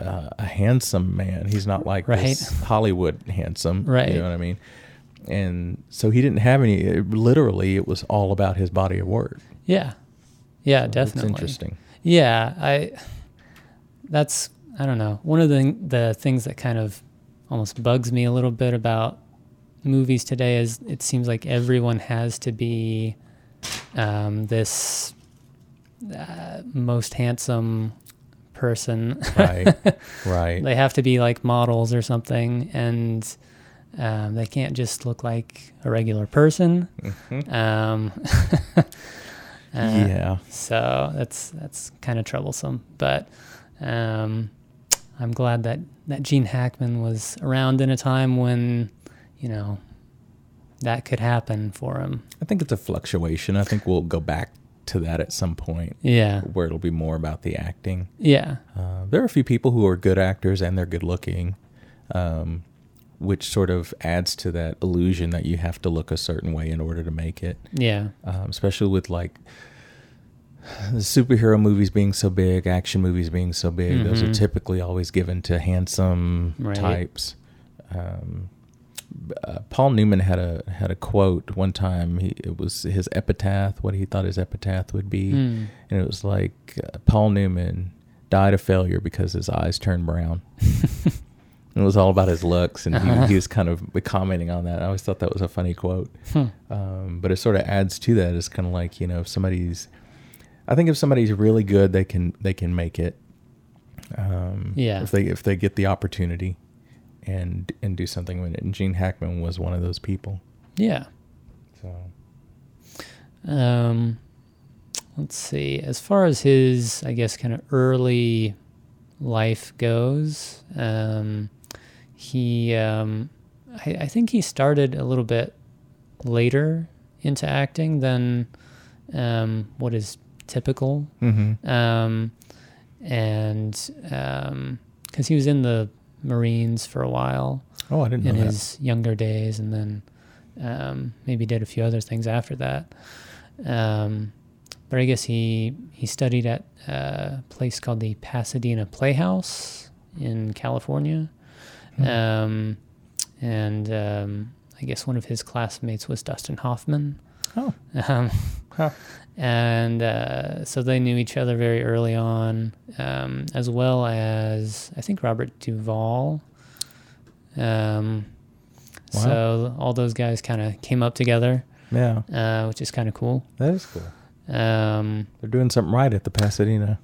A: uh, a handsome man. He's not like
B: Right.
A: this Hollywood handsome,
B: Right.
A: You know what I mean? And so he didn't have any. It, literally, it was all about his body of work.
B: Yeah. Yeah,
A: That's
B: definitely.
A: interesting.
B: Yeah, I. That's I don't know. One of the the things that kind of almost bugs me a little bit about movies today is it seems like everyone has to be um, this uh, most handsome person.
A: Right, right.
B: they have to be like models or something, and um, they can't just look like a regular person. Um, uh,
A: Mm-hmm. yeah.
B: so that's that's kind of troublesome. But um, I'm glad that that Gene Hackman was around in a time when you know that could happen for him.
A: I think it's a fluctuation. I think we'll go back to that at some point
B: Yeah,
A: where it'll be more about the acting.
B: yeah,
A: Uh, there are a few people who are good actors and they're good looking, um, which sort of adds to that illusion that you have to look a certain way in order to make it.
B: yeah,
A: Um, especially with like the superhero movies being so big, action movies being so big, those are
B: Mhm.
A: typically always given to handsome
B: Right.
A: types. Um, b- uh, Paul Newman had a had a quote one time. He, it was his epitaph, what he thought his epitaph would be,
B: Hmm.
A: and it was like uh, Paul Newman died of failure because his eyes turned brown. And it was all about his looks, and he, he was kind of commenting on that. I always thought that was a funny quote.
B: Hmm.
A: Um, but it sort of adds to that. It's kind of like you know, if somebody's, I think if somebody's really good, they can they can make it. Um,
B: Yeah.
A: If they if they get the opportunity, and and do something with it. And Gene Hackman was one of those people.
B: yeah.
A: So
B: Um, let's see. As far as his, I guess, kind of early life goes, um, he, um, I, I think he started a little bit later into acting than um, what is typical.
A: mm-hmm.
B: Um, and because he was in the Marines for a while
A: oh, I didn't know
B: in
A: that.
B: his younger days, and then um, maybe did a few other things after that. Um, but I guess he he studied at a place called the Pasadena Playhouse in California,
A: Hmm.
B: um, and um, I guess one of his classmates was Dustin Hoffman.
A: oh,
B: Um,
A: huh.
B: and uh, so they knew each other very early on, um, as well as I think Robert Duvall. Um,
A: Wow.
B: So all those guys kind of came up together,
A: yeah,
B: uh, which is kind of cool.
A: that is cool.
B: Um,
A: They're doing something right at the Pasadena.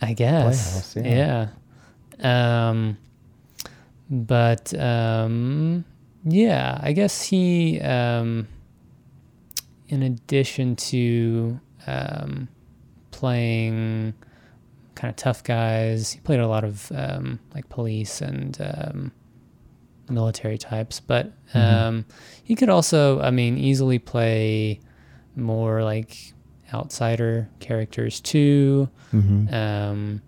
B: I guess.
A: Playhouse, yeah.
B: Yeah. Um, but um, yeah, I guess he, um, in addition to um, playing kind of tough guys, he played a lot of um, like police and um, military types. But
A: Mm-hmm.
B: um, he could also, I mean, easily play more like outsider characters too.
A: Mm-hmm.
B: Um,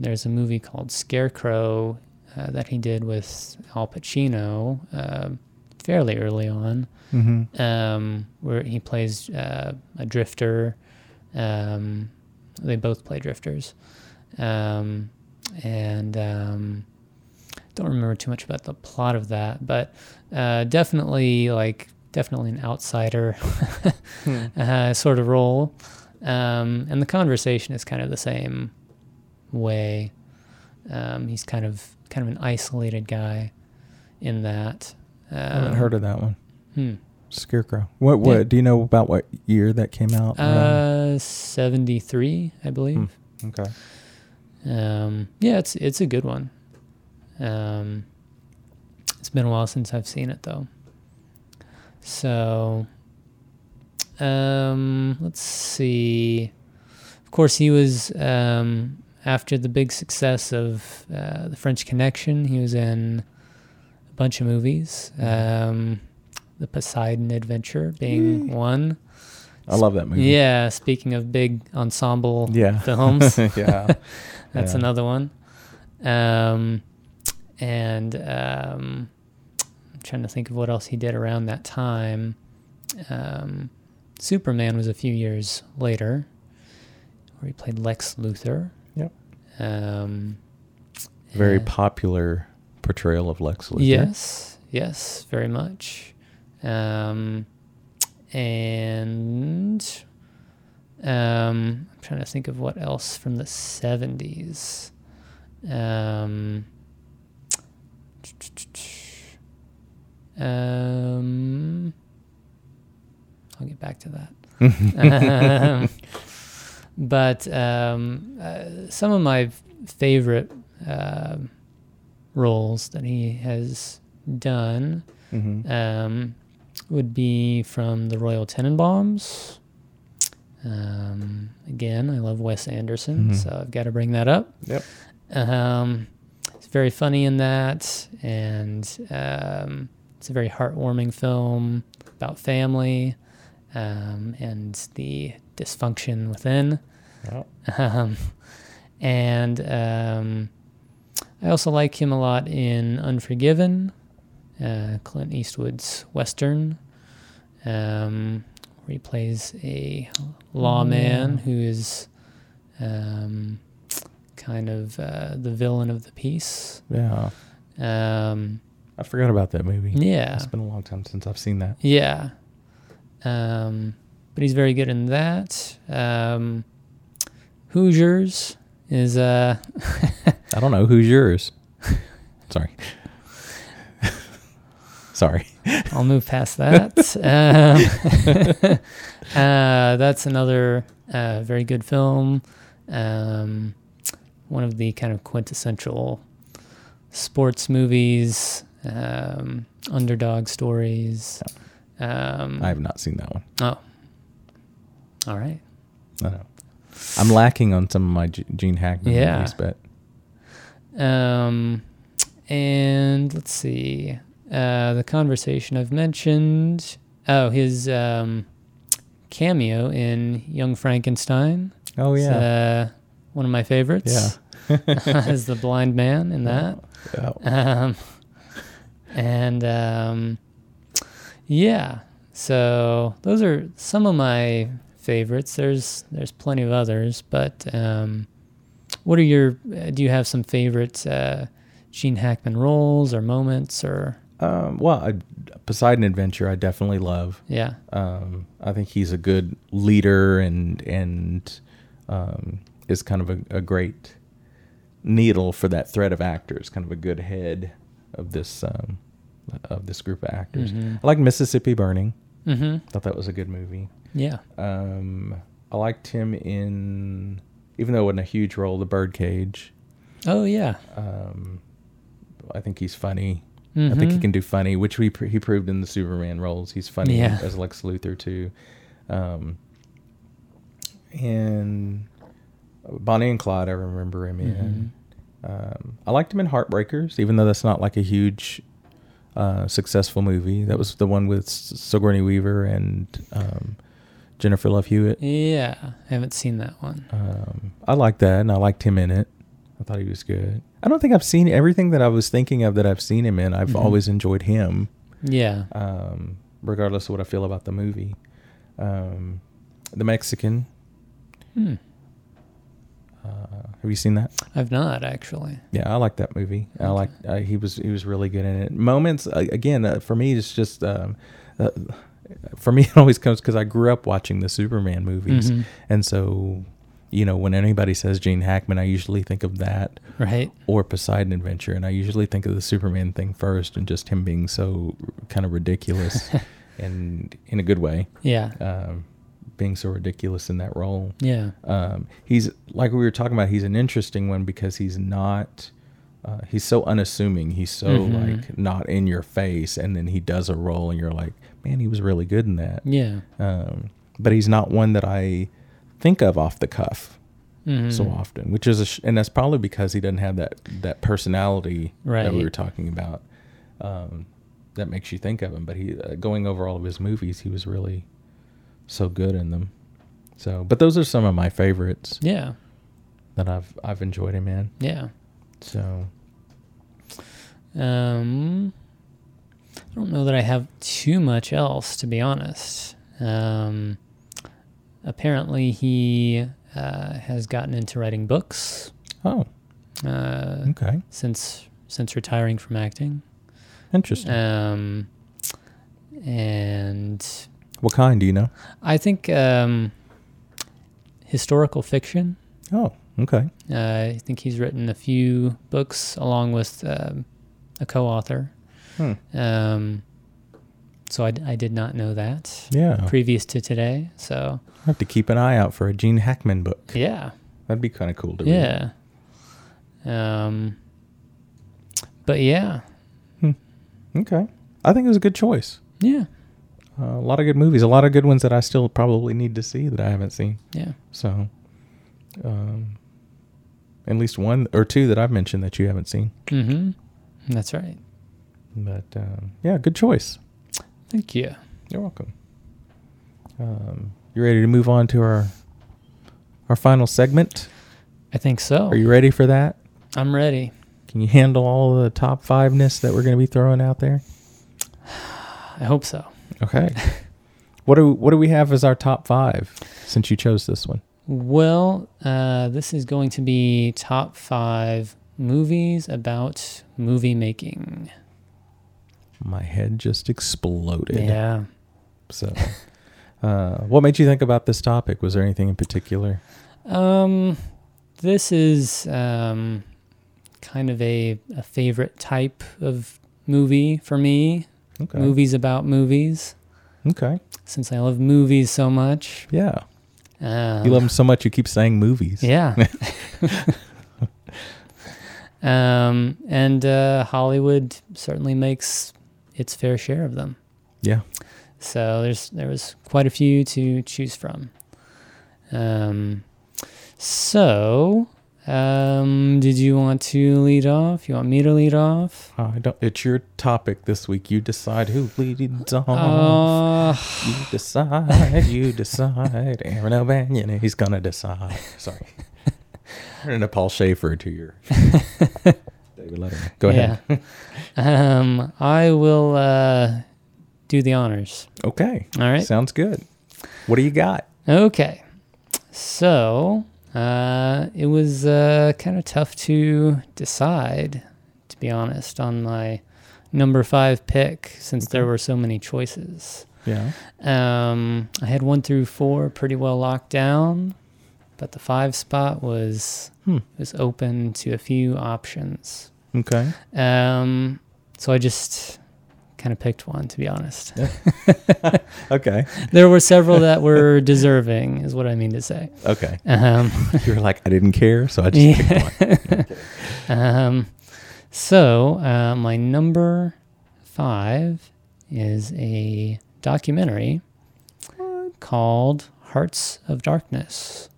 B: there's a movie called Scarecrow uh, that he did with Al Pacino uh, fairly early on,
A: Mm-hmm.
B: um, where he plays uh, a drifter. Um, they both play drifters. Um, and um, don't remember too much about the plot of that, but uh, definitely like definitely an outsider uh, sort of role. Um, and the conversation is kind of the same way. Um, he's kind of kind of an isolated guy in that. Um,
A: I haven't heard of that one.
B: hmm.
A: Scarecrow. What? What?
B: Yeah.
A: Do you know about what year that came out? around? Hmm.
B: Uh, seventy three, I believe.
A: okay.
B: Um, yeah, it's it's a good one. Um, it's been a while since I've seen it though. So, um, let's see. Of course, he was um, after the big success of uh, the French Connection. He was in a bunch of movies.
A: Mm-hmm.
B: Um, the Poseidon Adventure being one.
A: I love that movie.
B: Yeah, speaking of big ensemble
A: Yeah.
B: films.
A: yeah.
B: That's
A: Yeah.
B: another one. Um, and um, I'm trying to think of what else he did around that time. Um, Superman was a few years later, where he played Lex Luthor.
A: Yep.
B: Um,
A: Very
B: uh,
A: popular portrayal of Lex Luthor.
B: Yes, yes, very much. Um, and um, I'm trying to think of what else from the 70s. Um, um, I'll get back to that um, but um, uh, some of my f- favorite um roles that he has done
A: Mhm.
B: um, would be from the Royal Tenenbaums. Um, again, I love Wes Anderson,
A: Mhm.
B: so I've got to bring that up.
A: Yep.
B: Um, it's very funny in that, and um, it's a very heartwarming film about family um, and the dysfunction within.
A: Wow.
B: Um, and um, I also like him a lot in Unforgiven, uh, Clint Eastwood's Western, um, where he plays a lawman who is um, kind of uh, the villain of the piece.
A: Yeah.
B: Um,
A: I forgot about that movie.
B: yeah.
A: It's been a long time since I've seen that.
B: Yeah. Um, but he's very good in that. Um, Hoosiers is uh
A: I don't know. Who's yours? Sorry. Sorry.
B: I'll move past that. um, uh, that's another uh, very good film. Um, one of the kind of quintessential sports movies, um, underdog stories. Um,
A: I have not seen that one.
B: oh, all right.
A: I know. I'm lacking on some of my G- Gene Hackman
B: Yeah.
A: movies, but
B: Um, and let's see. Uh, the conversation I've mentioned. Oh, his um, cameo in Young Frankenstein.
A: oh
B: is,
A: yeah,
B: uh, one of my favorites. Yeah. as the blind man in that.
A: yeah.
B: Um, and um, yeah, so those are some of my favorites. There's there's plenty of others, but um, what are your? uh, Do you have some favorite uh, Gene Hackman roles or moments or
A: Um, well, I, Poseidon Adventure, I definitely love.
B: yeah?
A: Um, I think he's a good leader and and um, is kind of a, a great needle for that thread of actors. Kind of a good head of this um, of this group of actors.
B: Mhm.
A: I like Mississippi Burning.
B: Mm-hmm.
A: Thought that was a good movie.
B: Yeah.
A: Um, I liked him in, even though it wasn't a huge role, The Birdcage.
B: Oh yeah.
A: Um, I think he's funny. I think he
B: Mhm.
A: can do funny, which we pr- he proved in the Superman roles. He's funny
B: Yeah.
A: as Lex Luthor too. Um, and Bonnie and Clyde, I remember him in. Um, I liked him in Heartbreakers, even though that's not like a huge uh, successful movie. That was the one with S- Sigourney Weaver and um, Jennifer Love Hewitt.
B: Yeah. I haven't seen that one.
A: Um, I liked that, and I liked him in it. I thought he was good. I don't think I've seen everything that I was thinking of that I've seen him in. I've
B: Mhm.
A: always enjoyed him,
B: Yeah.
A: um, regardless of what I feel about the movie. Um, the Mexican.
B: Hmm.
A: Uh, have you seen that?
B: I've not actually.
A: Yeah, I like that movie. I
B: Okay.
A: like uh, he was he was really good in it. Moments uh, again uh, for me it's just um, uh, for me it always comes because I grew up watching the Superman movies,
B: Mhm.
A: and so you know when anybody says Gene Hackman, I usually think of that
B: Right.
A: or Poseidon Adventure, and I usually think of the Superman thing first and just him being so kind of ridiculous and in a good way,
B: Yeah.
A: um, being so ridiculous in that role.
B: yeah.
A: Um, he's like we were talking about. He's an interesting one because he's not. Uh, he's so unassuming. He's so
B: Mhm.
A: like not in your face, and then he does a role, and you're like, man, he was really good in that.
B: Yeah.
A: Um, but he's not one that I think of off the cuff
B: Mm-hmm.
A: so often, which is a sh- and that's probably because he doesn't have that that personality that we
B: Right.
A: were talking about. Um, that makes you think of him. But he uh, going over all of his movies, he was really so good in them. So, but those are some of my favorites
B: Yeah.
A: that I've I've enjoyed him in.
B: Yeah.
A: So,
B: Um, I don't know that I have too much else, to be honest. Um, apparently he uh, has gotten into writing books
A: Oh,
B: uh,
A: okay.
B: since since retiring from acting.
A: Interesting.
B: Um, and
A: what kind do you know?
B: I think um, historical fiction.
A: Oh, okay.
B: Uh, I think he's written a few books along with um, a co-author.
A: Hmm.
B: Um, so I, d- I did not know that
A: Yeah.
B: previous to today. So
A: I have to keep an eye out for a Gene Hackman book.
B: yeah,
A: That'd be kind of cool to read.
B: yeah. Um, but yeah,
A: Hmm. Okay. I think it was a good choice.
B: yeah,
A: Uh, a lot of good movies, a lot of good ones that I still probably need to see that I haven't seen.
B: yeah,
A: So, um, at least one or two that I've mentioned that you haven't seen.
B: mm-hmm. That's right.
A: But um, yeah, good choice.
B: Thank you.
A: You're welcome. Um, you ready to move on to our our final segment?
B: I think so.
A: Are you ready for that?
B: I'm ready.
A: Can you handle all the top five ness that we're going to be throwing out there?
B: I hope so.
A: Okay. what do what do we have as our top five since you chose this one?
B: Well, uh, this is going to be top five movies about movie making.
A: My head just exploded.
B: Yeah.
A: So, uh, what made you think about this topic? Was there anything in particular?
B: Um, this is um, kind of a, a favorite type of movie for me.
A: Okay.
B: Movies about movies,
A: Okay.
B: since I love movies so much.
A: Yeah.
B: Um,
A: You love them so much you keep saying movies.
B: Yeah. um, and uh, Hollywood certainly makes its fair share of them.
A: Yeah.
B: So there's there was quite a few to choose from. Um, so um, did you want to lead off? You want me to lead off?
A: Uh, I don't. It's your topic this week. You decide who leads off. Uh-huh.
B: Uh,
A: You decide. You decide. Aaron O'Banion. He's gonna decide. Sorry. Turn into Paul Schaefer to your David Letterman. Go ahead.
B: Yeah. um, I will uh, do the honors.
A: Okay.
B: All right.
A: Sounds good. What do you got?
B: Okay. So uh, it was uh, kind of tough to decide, to be honest, on my number five pick since there were so many choices.
A: Yeah.
B: Um, I had one through four pretty well locked down, but the five spot was
A: Hmm.
B: was open to a few options.
A: Okay.
B: Um, so I just kind of picked one, to be honest.
A: Okay.
B: there were several that were deserving, is what I mean to say.
A: Okay.
B: Um,
A: You were like, I didn't care, so I just
B: Yeah.
A: picked one.
B: Um, so uh, my number five is a documentary called Hearts of Darkness,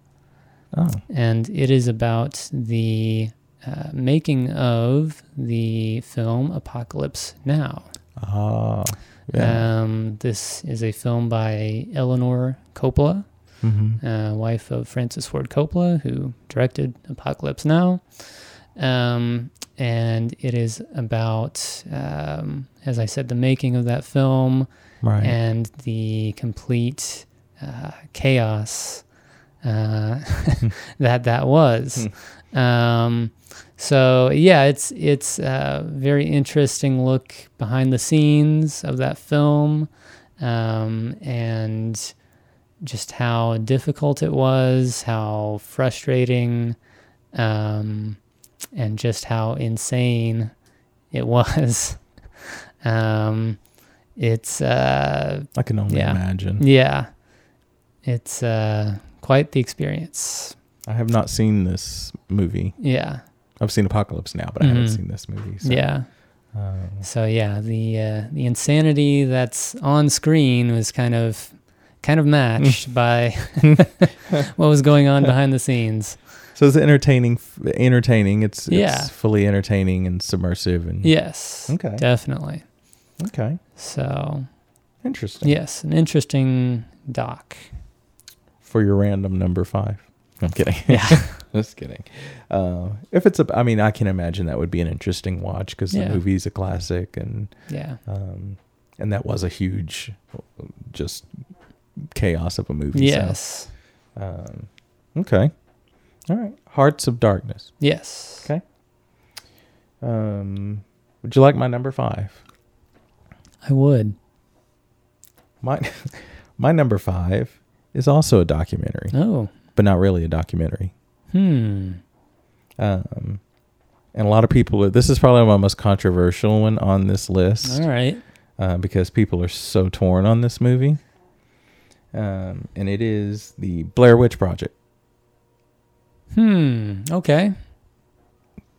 A: Oh.
B: and it is about the uh, making of the film Apocalypse Now.
A: Ah. yeah.
B: Um, this is a film by Eleanor Coppola
A: mm-hmm.
B: uh, wife of Francis Ford Coppola, who directed Apocalypse Now. Um, and it is about, um, as I said, the making of that film
A: Right.
B: and the complete uh, chaos uh, that that was. um, so yeah, it's it's a very interesting look behind the scenes of that film, um, and just how difficult it was, how frustrating, um, and just how insane it was. um, it's uh,
A: I can only
B: Yeah.
A: imagine.
B: yeah, it's uh, quite the experience.
A: I have not seen this movie.
B: Yeah,
A: I've seen Apocalypse Now, but I haven't
B: Mhm.
A: seen this movie. So,
B: yeah.
A: um,
B: So yeah, the uh, the insanity that's on screen was kind of kind of
A: Mm.
B: matched by what was going on behind the scenes.
A: so it's entertaining. f- Entertaining. It's,
B: Yeah.
A: it's fully entertaining and submersive. And
B: Yes,
A: Mm. Okay.
B: definitely.
A: Okay.
B: So
A: Interesting.
B: yes, an interesting doc.
A: For your random number five. I'm kidding.
B: Yeah,
A: Just kidding. Uh, if it's a, I mean, I can imagine that would be an interesting watch because
B: Yeah.
A: the movie's a classic and
B: yeah,
A: um, and that was a huge, just chaos of a movie. so
B: yes,
A: Um, okay. All right. Hearts of Darkness.
B: Yes.
A: Okay. Um, would you like my number five?
B: I would.
A: My my number five is also a documentary,
B: Oh.
A: but not really a documentary.
B: Hmm.
A: Um, and a lot of people. Are, this is probably my most controversial one on this list
B: All right.
A: uh, because people are so torn on this movie. Um, and it is the Blair Witch Project
B: Hmm. Okay.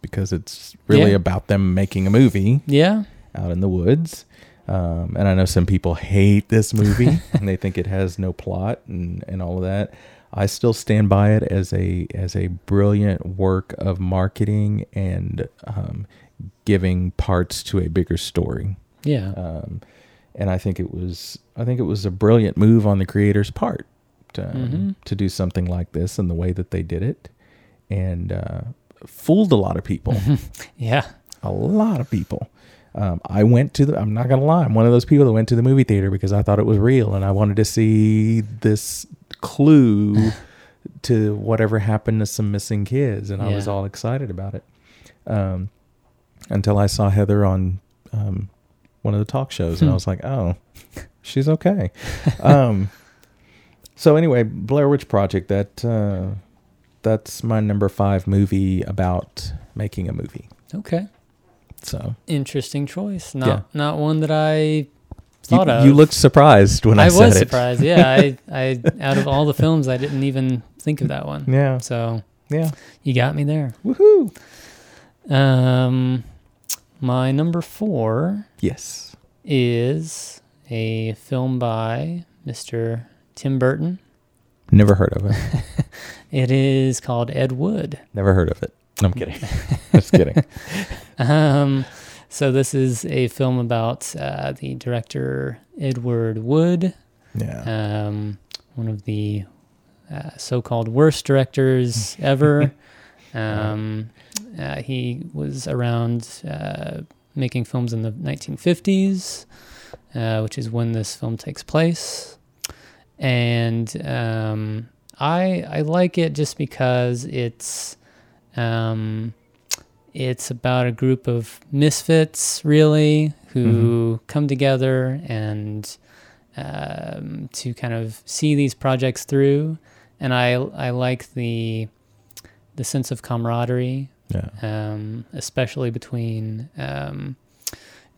A: because it's really
B: Yeah.
A: about them making a movie
B: Yeah.
A: out in the woods. Um, and I know some people hate this movie and they think it has no plot and, and all of that. I still stand by it as a as a brilliant work of marketing and um, giving parts to a bigger story.
B: Yeah.
A: Um, and I think it was I think it was a brilliant move on the creator's part um,
B: Mhm.
A: to do something like this and the way that they did it and uh, fooled a lot of people
B: yeah.
A: a lot of people. Um, I went to the. I'm not gonna lie. I'm one of those people that went to the movie theater because I thought it was real and I wanted to see this clue to whatever happened to some missing kids, and I was
B: Yeah.
A: all excited about it. Um, until I saw Heather on um, one of the talk shows, and I
B: Hmm.
A: was like, "Oh, she's okay." um, so anyway, Blair Witch Project. That uh, that's my number five movie about making a movie.
B: Okay.
A: So
B: Interesting choice. Not
A: Yeah.
B: not one that I thought
A: you,
B: of.
A: you looked surprised when I,
B: I
A: said
B: was
A: it.
B: surprised. Yeah. I, I out of all the films, I didn't even think of that one.
A: Yeah,
B: So
A: yeah.
B: you got me there.
A: Woohoo!
B: Um, my number four
A: Yes.
B: is a film by Mr. Tim Burton.
A: Never heard of it.
B: It is called Ed Wood.
A: Never heard of it. No, I'm kidding. Just kidding.
B: Um, so this is a film about uh, the director Edward Wood,
A: Yeah.
B: um, one of the uh, so-called worst directors ever. um, uh, he was around uh, making films in the 1950s, uh, which is when this film takes place, and um, I I like it just because it's. Um, it's about a group of misfits, really, who come together and um, to kind of see these projects through, and I I like the the sense of camaraderie,
A: Yeah.
B: um, especially between um,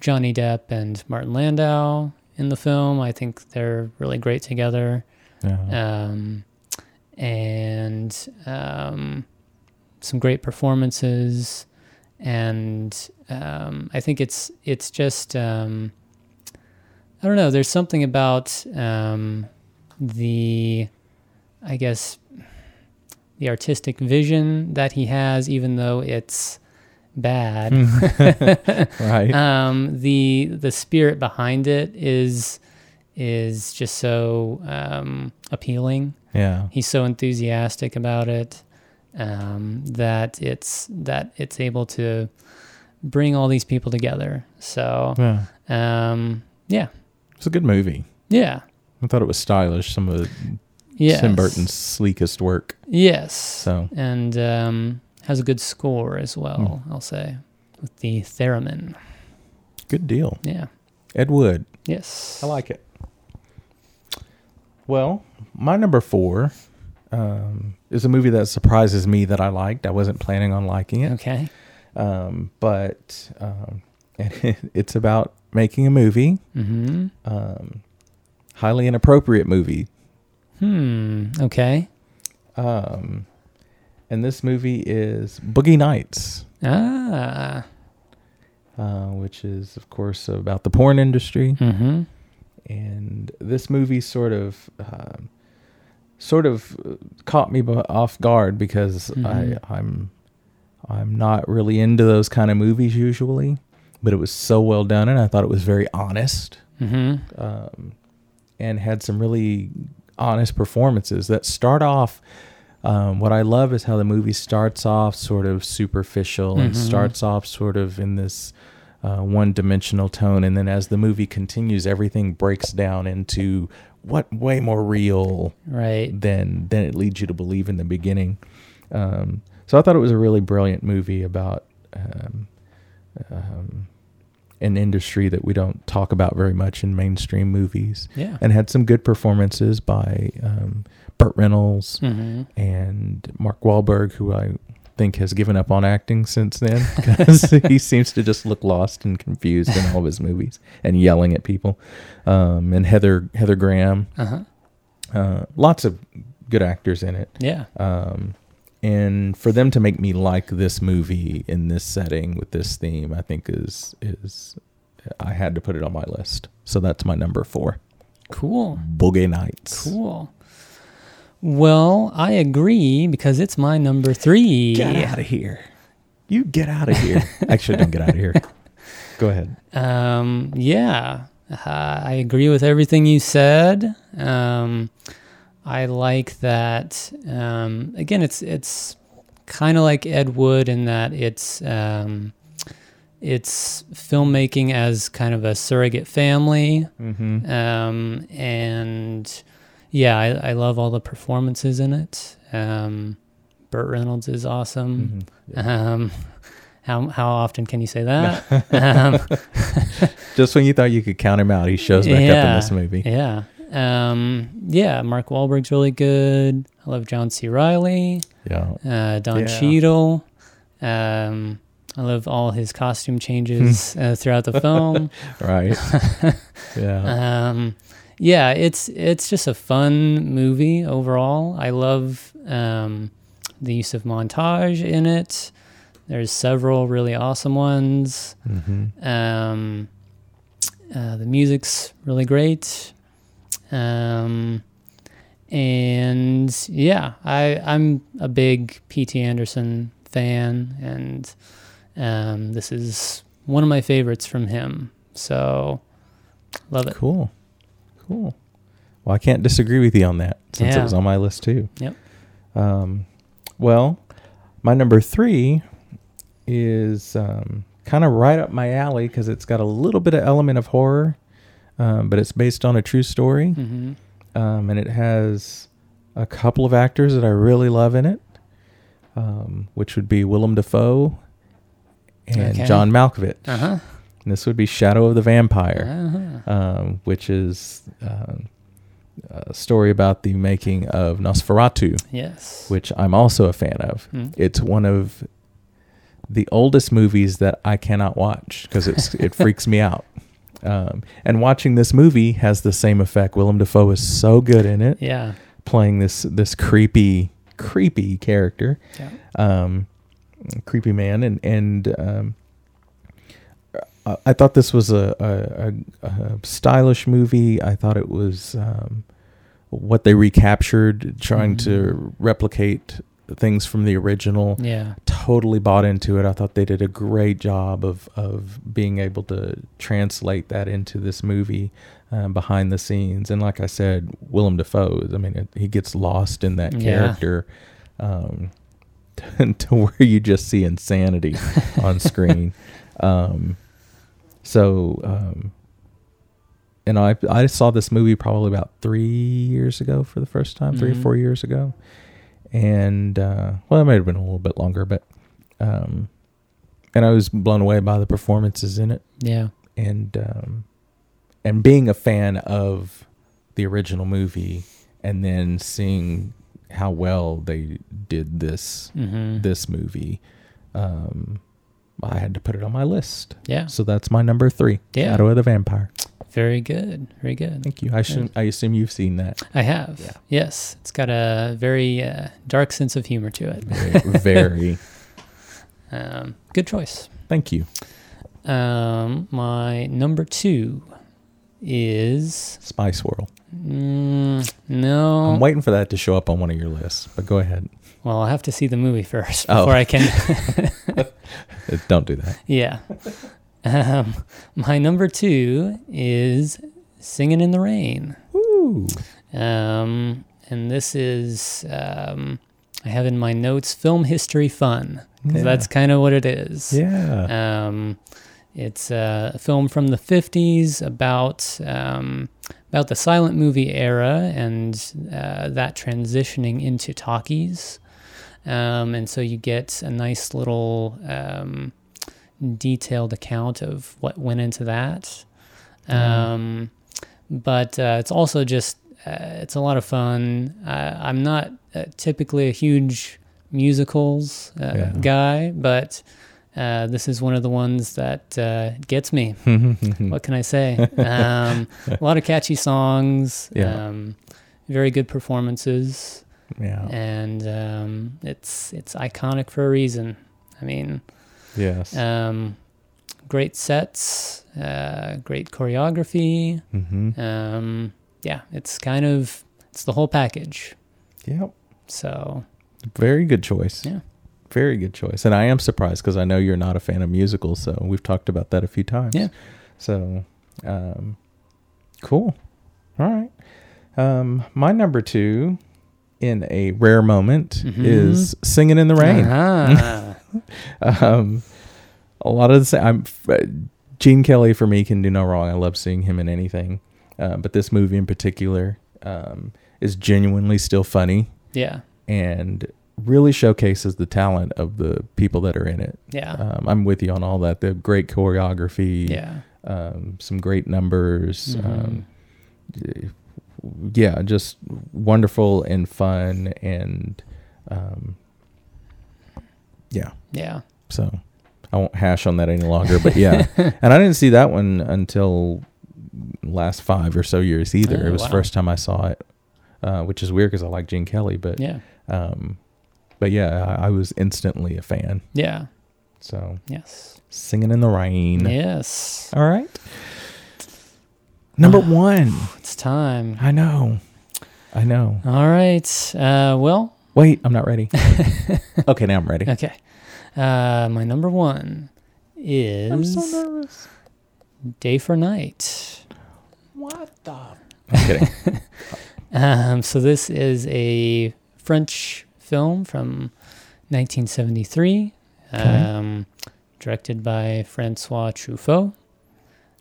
B: Johnny Depp and Martin Landau in the film. I think they're really great together,
A: Yeah.
B: um, and um, some great performances, and um, I think it's it's just. Um, I don't know. There's something about um, the, I guess, the artistic vision that he has, even though it's bad. uh,
A: right.
B: um, the the spirit behind it is is just so um, appealing.
A: yeah.
B: He's so enthusiastic about it um, that it's that it's able to bring all these people together. So
A: Yeah.
B: um, yeah,
A: It's a good movie.
B: yeah.
A: I thought it was stylish. Some of
B: Yes.
A: Tim Burton's sleekest work.
B: Yes.
A: So.
B: and um, has a good score as well.
A: Hmm.
B: I'll say with the theremin.
A: Good deal.
B: Yeah.
A: Ed Wood.
B: Yes.
A: I like it. Well, my number four um, is a movie that surprises me that I liked. I wasn't planning on liking it.
B: Okay.
A: um, but um, it's about making a movie,
B: Mm-hmm.
A: um, highly inappropriate movie,
B: Hmm. Okay.
A: um, and this movie is Boogie Nights,
B: Ah.
A: uh, which is of course about the porn industry,
B: Mm-hmm.
A: and this movie sort of. Um, sort of uh, caught me bu- off guard because
B: Mhm.
A: I, I'm I'm not really into those kind of movies usually, but it was so well done and I thought it was very honest.
B: Mm-hmm.
A: um, and had some really honest performances that start off. Um, what I love is how the movie starts off sort of superficial and
B: Mhm.
A: starts off sort of in this uh, one dimensional tone. And then as the movie continues, everything breaks down into what way more real
B: right.
A: than than it leads you to believe in the beginning. Um, so I thought it was a really brilliant movie about um, um, an industry that we don't talk about very much in mainstream movies,
B: Yeah.
A: and had some good performances by um, Burt Reynolds
B: hmm
A: and Mark Wahlberg, who I think has given up on acting since then because he seems to just look lost and confused in all of his movies and yelling at people. Um, and Heather Heather Graham,
B: Uh-huh.
A: uh, lots of good actors in it.
B: Yeah.
A: Um, and for them to make me like this movie in this setting with this theme, I think is is I had to put it on my list. So that's my number four.
B: Cool.
A: Boogie Nights.
B: Cool. Well, I agree because it's my number three.
A: Get out of here. You get out of here. Actually, don't get out of here. Go ahead.
B: Um, yeah, uh, I agree with everything you said. Um, I like that. Um, again, it's it's kind of like Ed Wood in that it's um, it's filmmaking as kind of a surrogate family,
A: Mm-hmm.
B: um, and yeah, I, I love all the performances in it. Um, Burt Reynolds is awesome. Um, how how often can you say that? um,
A: Just when you thought you could count him out, he shows back up in this movie.
B: Yeah. Um, yeah, Mark Wahlberg's really good. I love John C. Riley,
A: Yeah.
B: uh, Don
A: Yeah.
B: Cheadle. Um, I love all his costume changes uh, throughout the film.
A: Right. yeah.
B: um, yeah, it's it's just a fun movie overall. I love um, the use of montage in it. There's several really awesome ones.
A: Mm-hmm.
B: Um, uh, the music's really great. Um, and yeah, I, I'm a big P.T. Anderson fan, and um, this is one of my favorites from him. So love it.
A: Cool. Cool. Well, I can't disagree with you on that since it
B: Yeah.
A: was on my list too.
B: Yep.
A: Um, well, my number three is um, kind of right up my alley because it's got a little bit of element of horror, um, but it's based on a true story.
B: Mm-hmm.
A: um, and it has a couple of actors that I really love in it, um, which would be Willem Dafoe and
B: Okay.
A: John Malkovich.
B: Uh huh.
A: And this would be Shadow of the Vampire,
B: Uh-huh.
A: um, which is um, a story about the making of Nosferatu,
B: Yes.
A: which I'm also a fan of.
B: Mm.
A: It's one of the oldest movies that I cannot watch because it's it freaks me out. Um, and watching this movie has the same effect. Willem Dafoe is so good in it
B: Yeah.
A: playing this this creepy creepy character
B: Yeah.
A: um creepy man and and um I- I thought this was a, a, a, a stylish movie. I thought it was um, what they recaptured, trying to replicate things from the original.
B: Yeah.
A: Totally bought into it. I thought they did a great job of of being able to translate that into this movie um, behind the scenes. And like I said, Willem Dafoe. I mean, it, he gets lost in that
B: Yeah.
A: character um, to where you just see insanity on screen. Um, so, um, and I I saw this movie probably about three years ago for the first time, three
B: Mhm.
A: or four years ago, and uh, well, it might have been a little bit longer, but um, and I was blown away by the performances in it
B: Yeah.
A: and um, and being a fan of the original movie and then seeing how well they did this
B: Mm-hmm.
A: this movie um, I had to put it on my list
B: yeah.
A: so that's my number three
B: Yeah.
A: Shadow of the Vampire
B: Very good. Very good.
A: thank you I assume, I assume you've seen that
B: I have.
A: Yeah.
B: Yes, it's got a very uh, dark sense of humor to it.
A: very, very.
B: Um, good choice.
A: thank you
B: Um, my number two is
A: Spice World
B: mm, no.
A: I'm waiting for that to show up on one of your lists but go ahead
B: well, I have to see the movie first
A: Oh.
B: before I can.
A: Uh, don't do that
B: yeah. Um, my number two is "Singing in the Rain."
A: Ooh.
B: Um, and this is um, I have in my notes film history fun. 'cause
A: Yeah.
B: That's kind of what it is.
A: yeah
B: Um, It's uh, a film from the 50s about um, about the silent movie era and uh, that transitioning into talkies. Um, and so you get a nice little um, detailed account of what went into that. Um, But uh, it's also just uh, it's a lot of fun. Uh, I'm not uh, typically a huge musicals uh,
A: Yeah.
B: guy, but uh, this is one of the ones that uh, gets me.
A: Hmm.
B: What can I say? Um, a lot of catchy songs,
A: Yeah.
B: um, very good performances, uh,
A: yeah.
B: and um, it's it's iconic for a reason. I mean,
A: Yes.
B: um, great sets, uh, great choreography.
A: hmm
B: Um, yeah, it's kind of it's the whole package.
A: Yep.
B: So
A: Very good choice.
B: Yeah.
A: Very good choice. And I am surprised because I know you're not a fan of musicals, so we've talked about that a few times.
B: Yeah.
A: So, um, cool. All right. Um, my number two, in a rare moment,
B: Mhm.
A: is "Singing in the Rain."
B: Ah,
A: um, a lot of the same. I'm uh, Gene Kelly for me can do no wrong. I love seeing him in anything, uh, but this movie in particular um, is genuinely still funny
B: yeah,
A: and really showcases the talent of the people that are in it.
B: yeah,
A: Um, I'm with you on all that. The great choreography,
B: Uh-huh. yeah.
A: um, some great numbers.
B: Mhm.
A: Um, yeah, just wonderful and fun and um, yeah.
B: Yeah.
A: So I won't hash on that any longer. But yeah, and I didn't see that one until last five or so years either.
B: Oh,
A: it was
B: wow.
A: the first time I saw it, uh, which is weird because I like Gene Kelly. But
B: Yeah.
A: um, but yeah, I, I was instantly a fan.
B: Yeah.
A: So
B: Yes.
A: singing in the rain.
B: Yes.
A: All right.
B: Ah.
A: Number one.
B: It's time.
A: I know. I know.
B: All right. Uh, well,
A: Wait, I'm not ready. okay, now I'm ready.
B: okay. Uh, my number one is
A: I'm so nervous.
B: Day for Night.
A: What the? I'm kidding.
B: Um, so this is a French film from 1973,
A: Okay.
B: um, directed by Francois Truffaut.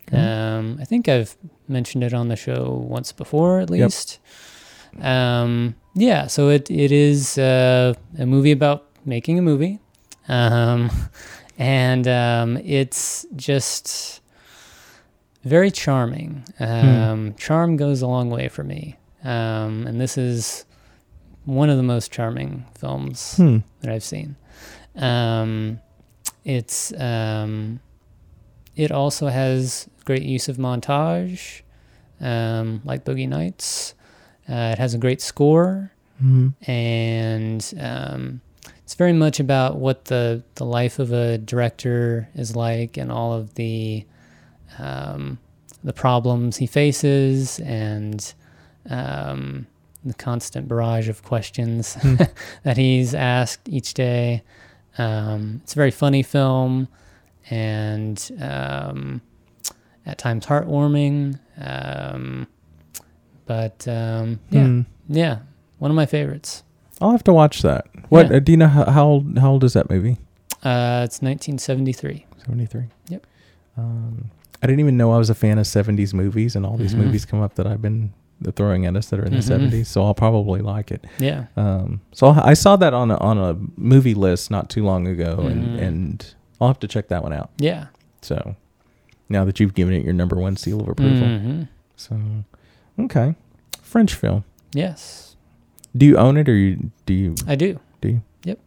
A: Okay.
B: Um, I think I've mentioned it on the show once before,
A: Yep.
B: at least. Um, yeah, so it it is uh, a movie about making a movie, um, and um, it's just very charming.
A: Hmm.
B: Um, Charm goes a long way for me, um, and this is one of the most charming films
A: Hmm.
B: that I've seen. Um, it's um, it also has great use of montage, um, like Boogie Nights. Uh, it has a great score,
A: Hmm.
B: and um, it's very much about what the the life of a director is like, and all of the um, the problems he faces, and um, the constant barrage of questions that he's asked each day. Um, it's a very funny film, and um, at times heartwarming. Um, but um, yeah,
A: Hmm.
B: yeah, one of my favorites.
A: I'll have to watch that. What
B: Yeah.
A: uh, do you know? How, how old? How old is that movie?
B: Uh, it's 1973.
A: Seventy three.
B: Yep.
A: Um, I didn't even know I was a fan of seventies movies, and all these
B: Mhm.
A: movies come up that I've been uh, throwing at us that are in
B: Mhm.
A: the seventies. So I'll probably like it.
B: Yeah,
A: Um, so I'll, I saw that on a, on a movie list not too long ago, and
B: Mhm.
A: and I'll have to check that one out.
B: yeah.
A: So now that you've given it your number one seal of approval,
B: Mhm.
A: so okay, French film.
B: Yes,
A: Do you own it, or you do you
B: I do.
A: do you?
B: Yep.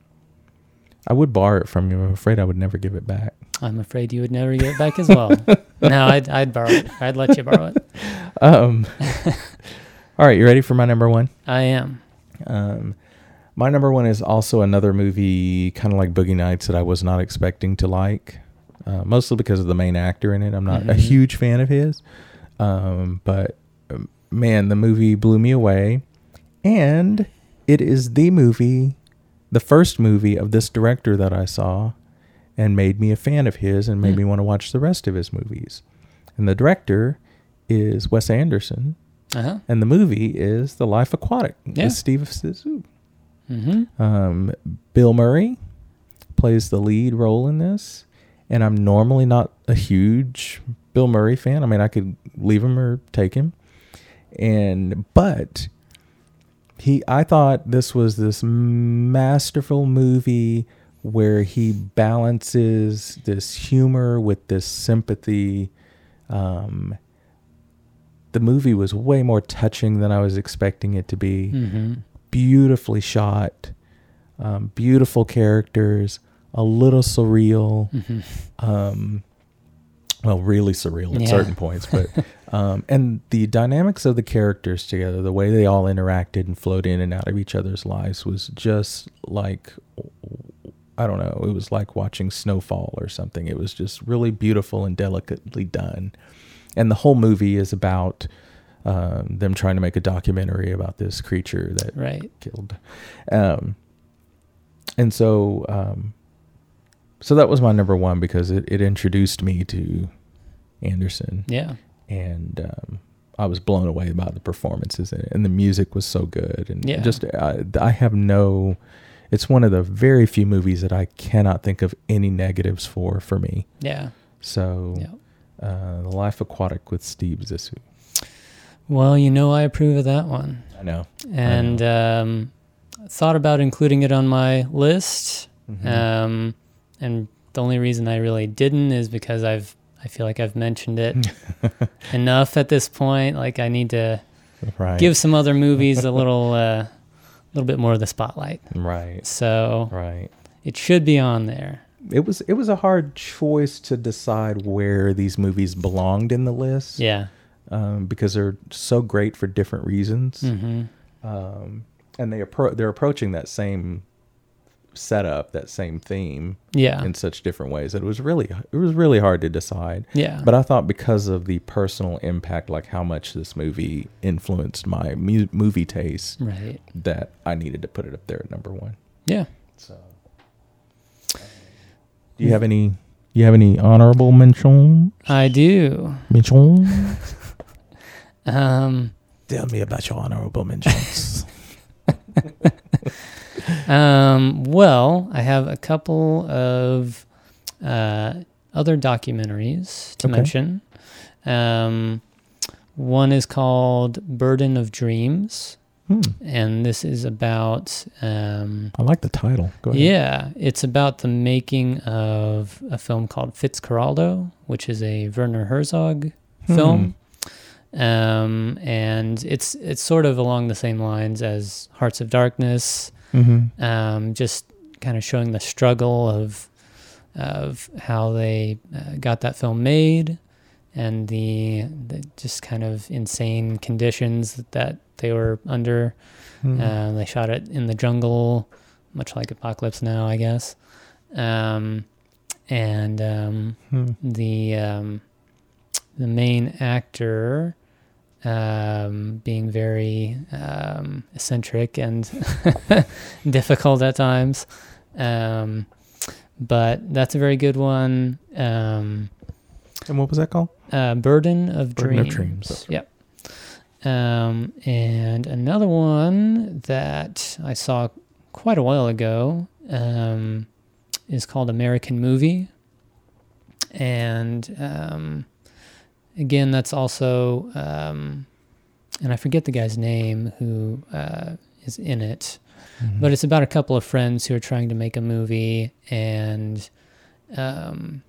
A: I would borrow it from you. I'm afraid I would never give it back.
B: I'm afraid you would never get it back as well. no, I'd, I'd borrow it. I'd let you borrow it.
A: Um, all right, you ready for my number one?
B: I am.
A: Um, my number one is also another movie, kind of like Boogie Nights, that I was not expecting to like, uh, mostly because of the main actor in it. I'm not a
B: Mhm.
A: huge fan of his, um, but um, man, the movie blew me away, and it is the movie, the first movie of this director that I saw, and made me a fan of his, and made
B: Hmm.
A: me want to watch the rest of his movies. And the director is Wes Anderson.
B: Uh huh.
A: And the movie is The Life Aquatic
B: Yeah.
A: with Steve Zissou.
B: Mm-hmm.
A: Um, Bill Murray plays the lead role in this, and I'm normally not a huge Bill Murray fan. I mean, I could leave him or take him. And but he I thought this was this masterful movie where he balances this humor with this sympathy. Um the movie was way more touching than I was expecting it to be.
B: Mm-hmm.
A: Beautifully shot, um, beautiful characters, a little surreal
B: Mm-hmm.
A: um, well, really surreal at
B: Yeah.
A: certain points, but um, and the dynamics of the characters together, the way they all interacted and flowed in and out of each other's lives was just like I don't know, it was like watching snowfall or something. It was just really beautiful and delicately done, and the whole movie is about um, them trying to make a documentary about this creature that
B: Right.
A: killed. Um, and so, um, so that was my number one because it, it introduced me to Anderson,
B: Yeah.
A: and um, I was blown away by the performances in it, and the music was so good, and
B: Yeah.
A: just I, I have no. It's one of the very few movies that I cannot think of any negatives for for me.
B: Yeah.
A: So,
B: Yeah.
A: uh, The Life Aquatic with Steve Zissou.
B: Well, you know, I approve of that one.
A: I know.
B: And um, thought about including it on my list.
A: Mm-hmm.
B: Um, and the only reason I really didn't is because I've I feel like I've mentioned it enough at this point. Like I need to
A: right.
B: give some other movies a little uh, little bit more of the spotlight.
A: right.
B: So
A: Right.
B: it should be on there.
A: it was it was a hard choice to decide where these movies belonged in the list
B: Yeah.
A: um, because they're so great for different reasons
B: hmm
A: um, and they appro- they're approaching that same setup that same theme
B: Yeah.
A: in such different ways that it was really it was really hard to decide
B: yeah.
A: but I thought because of the personal impact like how much this movie influenced my mu- movie taste
B: right.
A: that I needed to put it up there at number 1
B: Yeah.
A: so do you have any you have any honorable mention
B: I do.
A: mention
B: Um,
A: tell me about your honorable mentions
B: um, well, I have a couple of uh, other documentaries to
A: Okay.
B: mention. Um, one is called Burden of Dreams,
A: hmm,
B: and this is about um,
A: i like the title go ahead
B: Yeah, it's about the making of a film called Fitzcarraldo, which is a Werner Herzog
A: Hmm.
B: film. Um, and it's it's sort of along the same lines as Hearts of Darkness,
A: mm-hmm.
B: um, just kind of showing the struggle of of how they uh, got that film made and the, the just kind of insane conditions that, that they were under.
A: Mm-hmm.
B: Um, they shot it in the jungle, much like Apocalypse Now, I guess. Um, and um, the um, the main actor um, being very um, eccentric and difficult at times. Um, but that's a very good one. Um,
A: and what was that called
B: uh, Burden of
A: Burden
B: Dreams.
A: of Dreams, that's
B: Yep. Um, and another one that I saw quite a while ago um, is called American Movie. And um, again, that's also, um, and I forget the guy's name who uh, is in it Mm-hmm. but it's about a couple of friends who are trying to make a movie and um,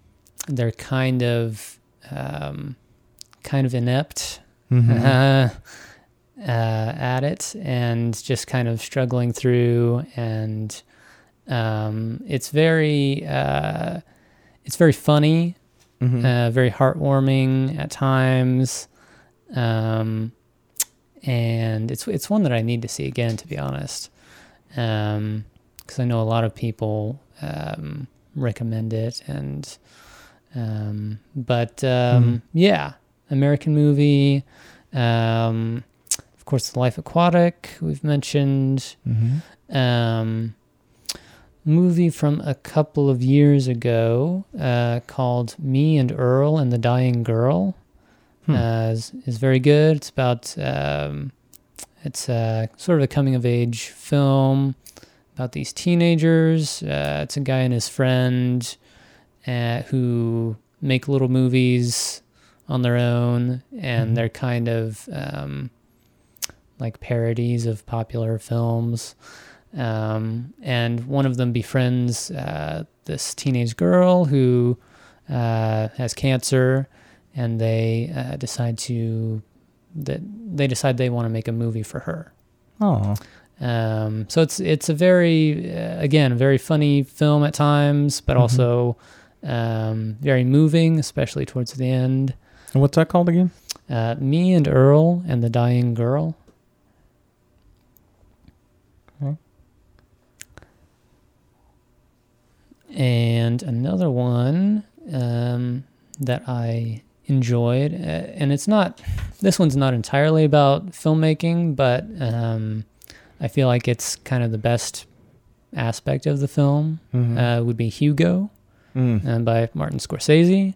B: they're kind of um, kind of inept
A: Mm-hmm.
B: uh, uh, at it and just kind of struggling through and um, it's very uh, it's very funny
A: Mm-hmm.
B: uh, very heartwarming at times um, and it's it's one that I need to see again to be honest because I know a lot of people um, recommend it and um, but um,
A: Mhm.
B: yeah American movie um, of course the life aquatic we've mentioned
A: Mm-hmm.
B: um, movie from a couple of years ago uh, called Me and Earl and the Dying Girl.
A: Hmm.
B: Uh, is, is very good. It's about um, it's uh, sort of a coming of age film about these teenagers. Uh, it's a guy and his friend uh, who make little movies on their own, and
A: Mhm.
B: they're kind of um, like parodies of popular films. Um, and one of them befriends uh, this teenage girl who uh, has cancer, and they uh, decide to that they decide they want to make a movie for her.
A: Oh,
B: Um, so it's it's a very uh, again very funny film at times, but
A: Mhm.
B: also um, very moving, especially towards the end.
A: and what's that called again?
B: Uh, Me and Earl and the Dying Girl.
A: Okay.
B: And another one um, that I enjoyed, uh, and it's not this one's not entirely about filmmaking, but um, I feel like it's kind of the best aspect of the film
A: Mm-hmm. Mm,
B: uh, would be Hugo um, by Martin Scorsese.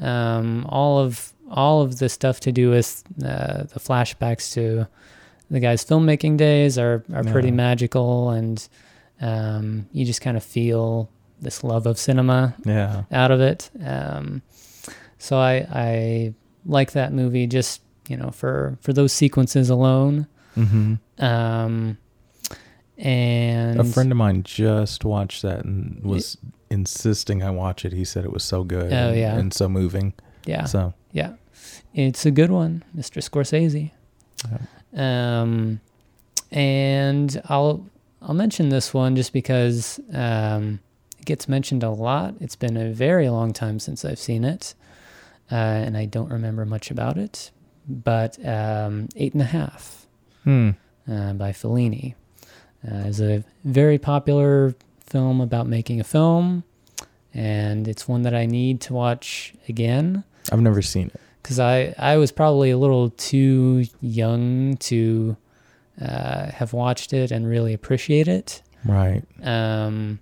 B: Um, all of all of the stuff to do with uh, the flashbacks to the guy's filmmaking days are are pretty
A: Yeah.
B: magical, and um, you just kind of feel this love of cinema
A: yeah.
B: out of it. Um, so I I like that movie just you know for for those sequences alone.
A: Mm-hmm.
B: Um, and
A: A friend of mine just watched that and was insisting I watch it. He said it was so good.
B: Oh,
A: and,
B: yeah.
A: and so moving.
B: yeah,
A: So
B: Yeah. It's a good one, Mr. Scorsese. Um and I'll I'll mention this one just because um it gets mentioned a lot. It's been a very long time since I've seen it. Uh, and I don't remember much about it. But um Eight and a Half
A: hmm.
B: uh, by Fellini uh, is a very popular film about making a film, and it's one that I need to watch again
A: I've never seen it.
B: because I, I was probably a little too young to uh, have watched it and really appreciate it.
A: Right.
B: Um,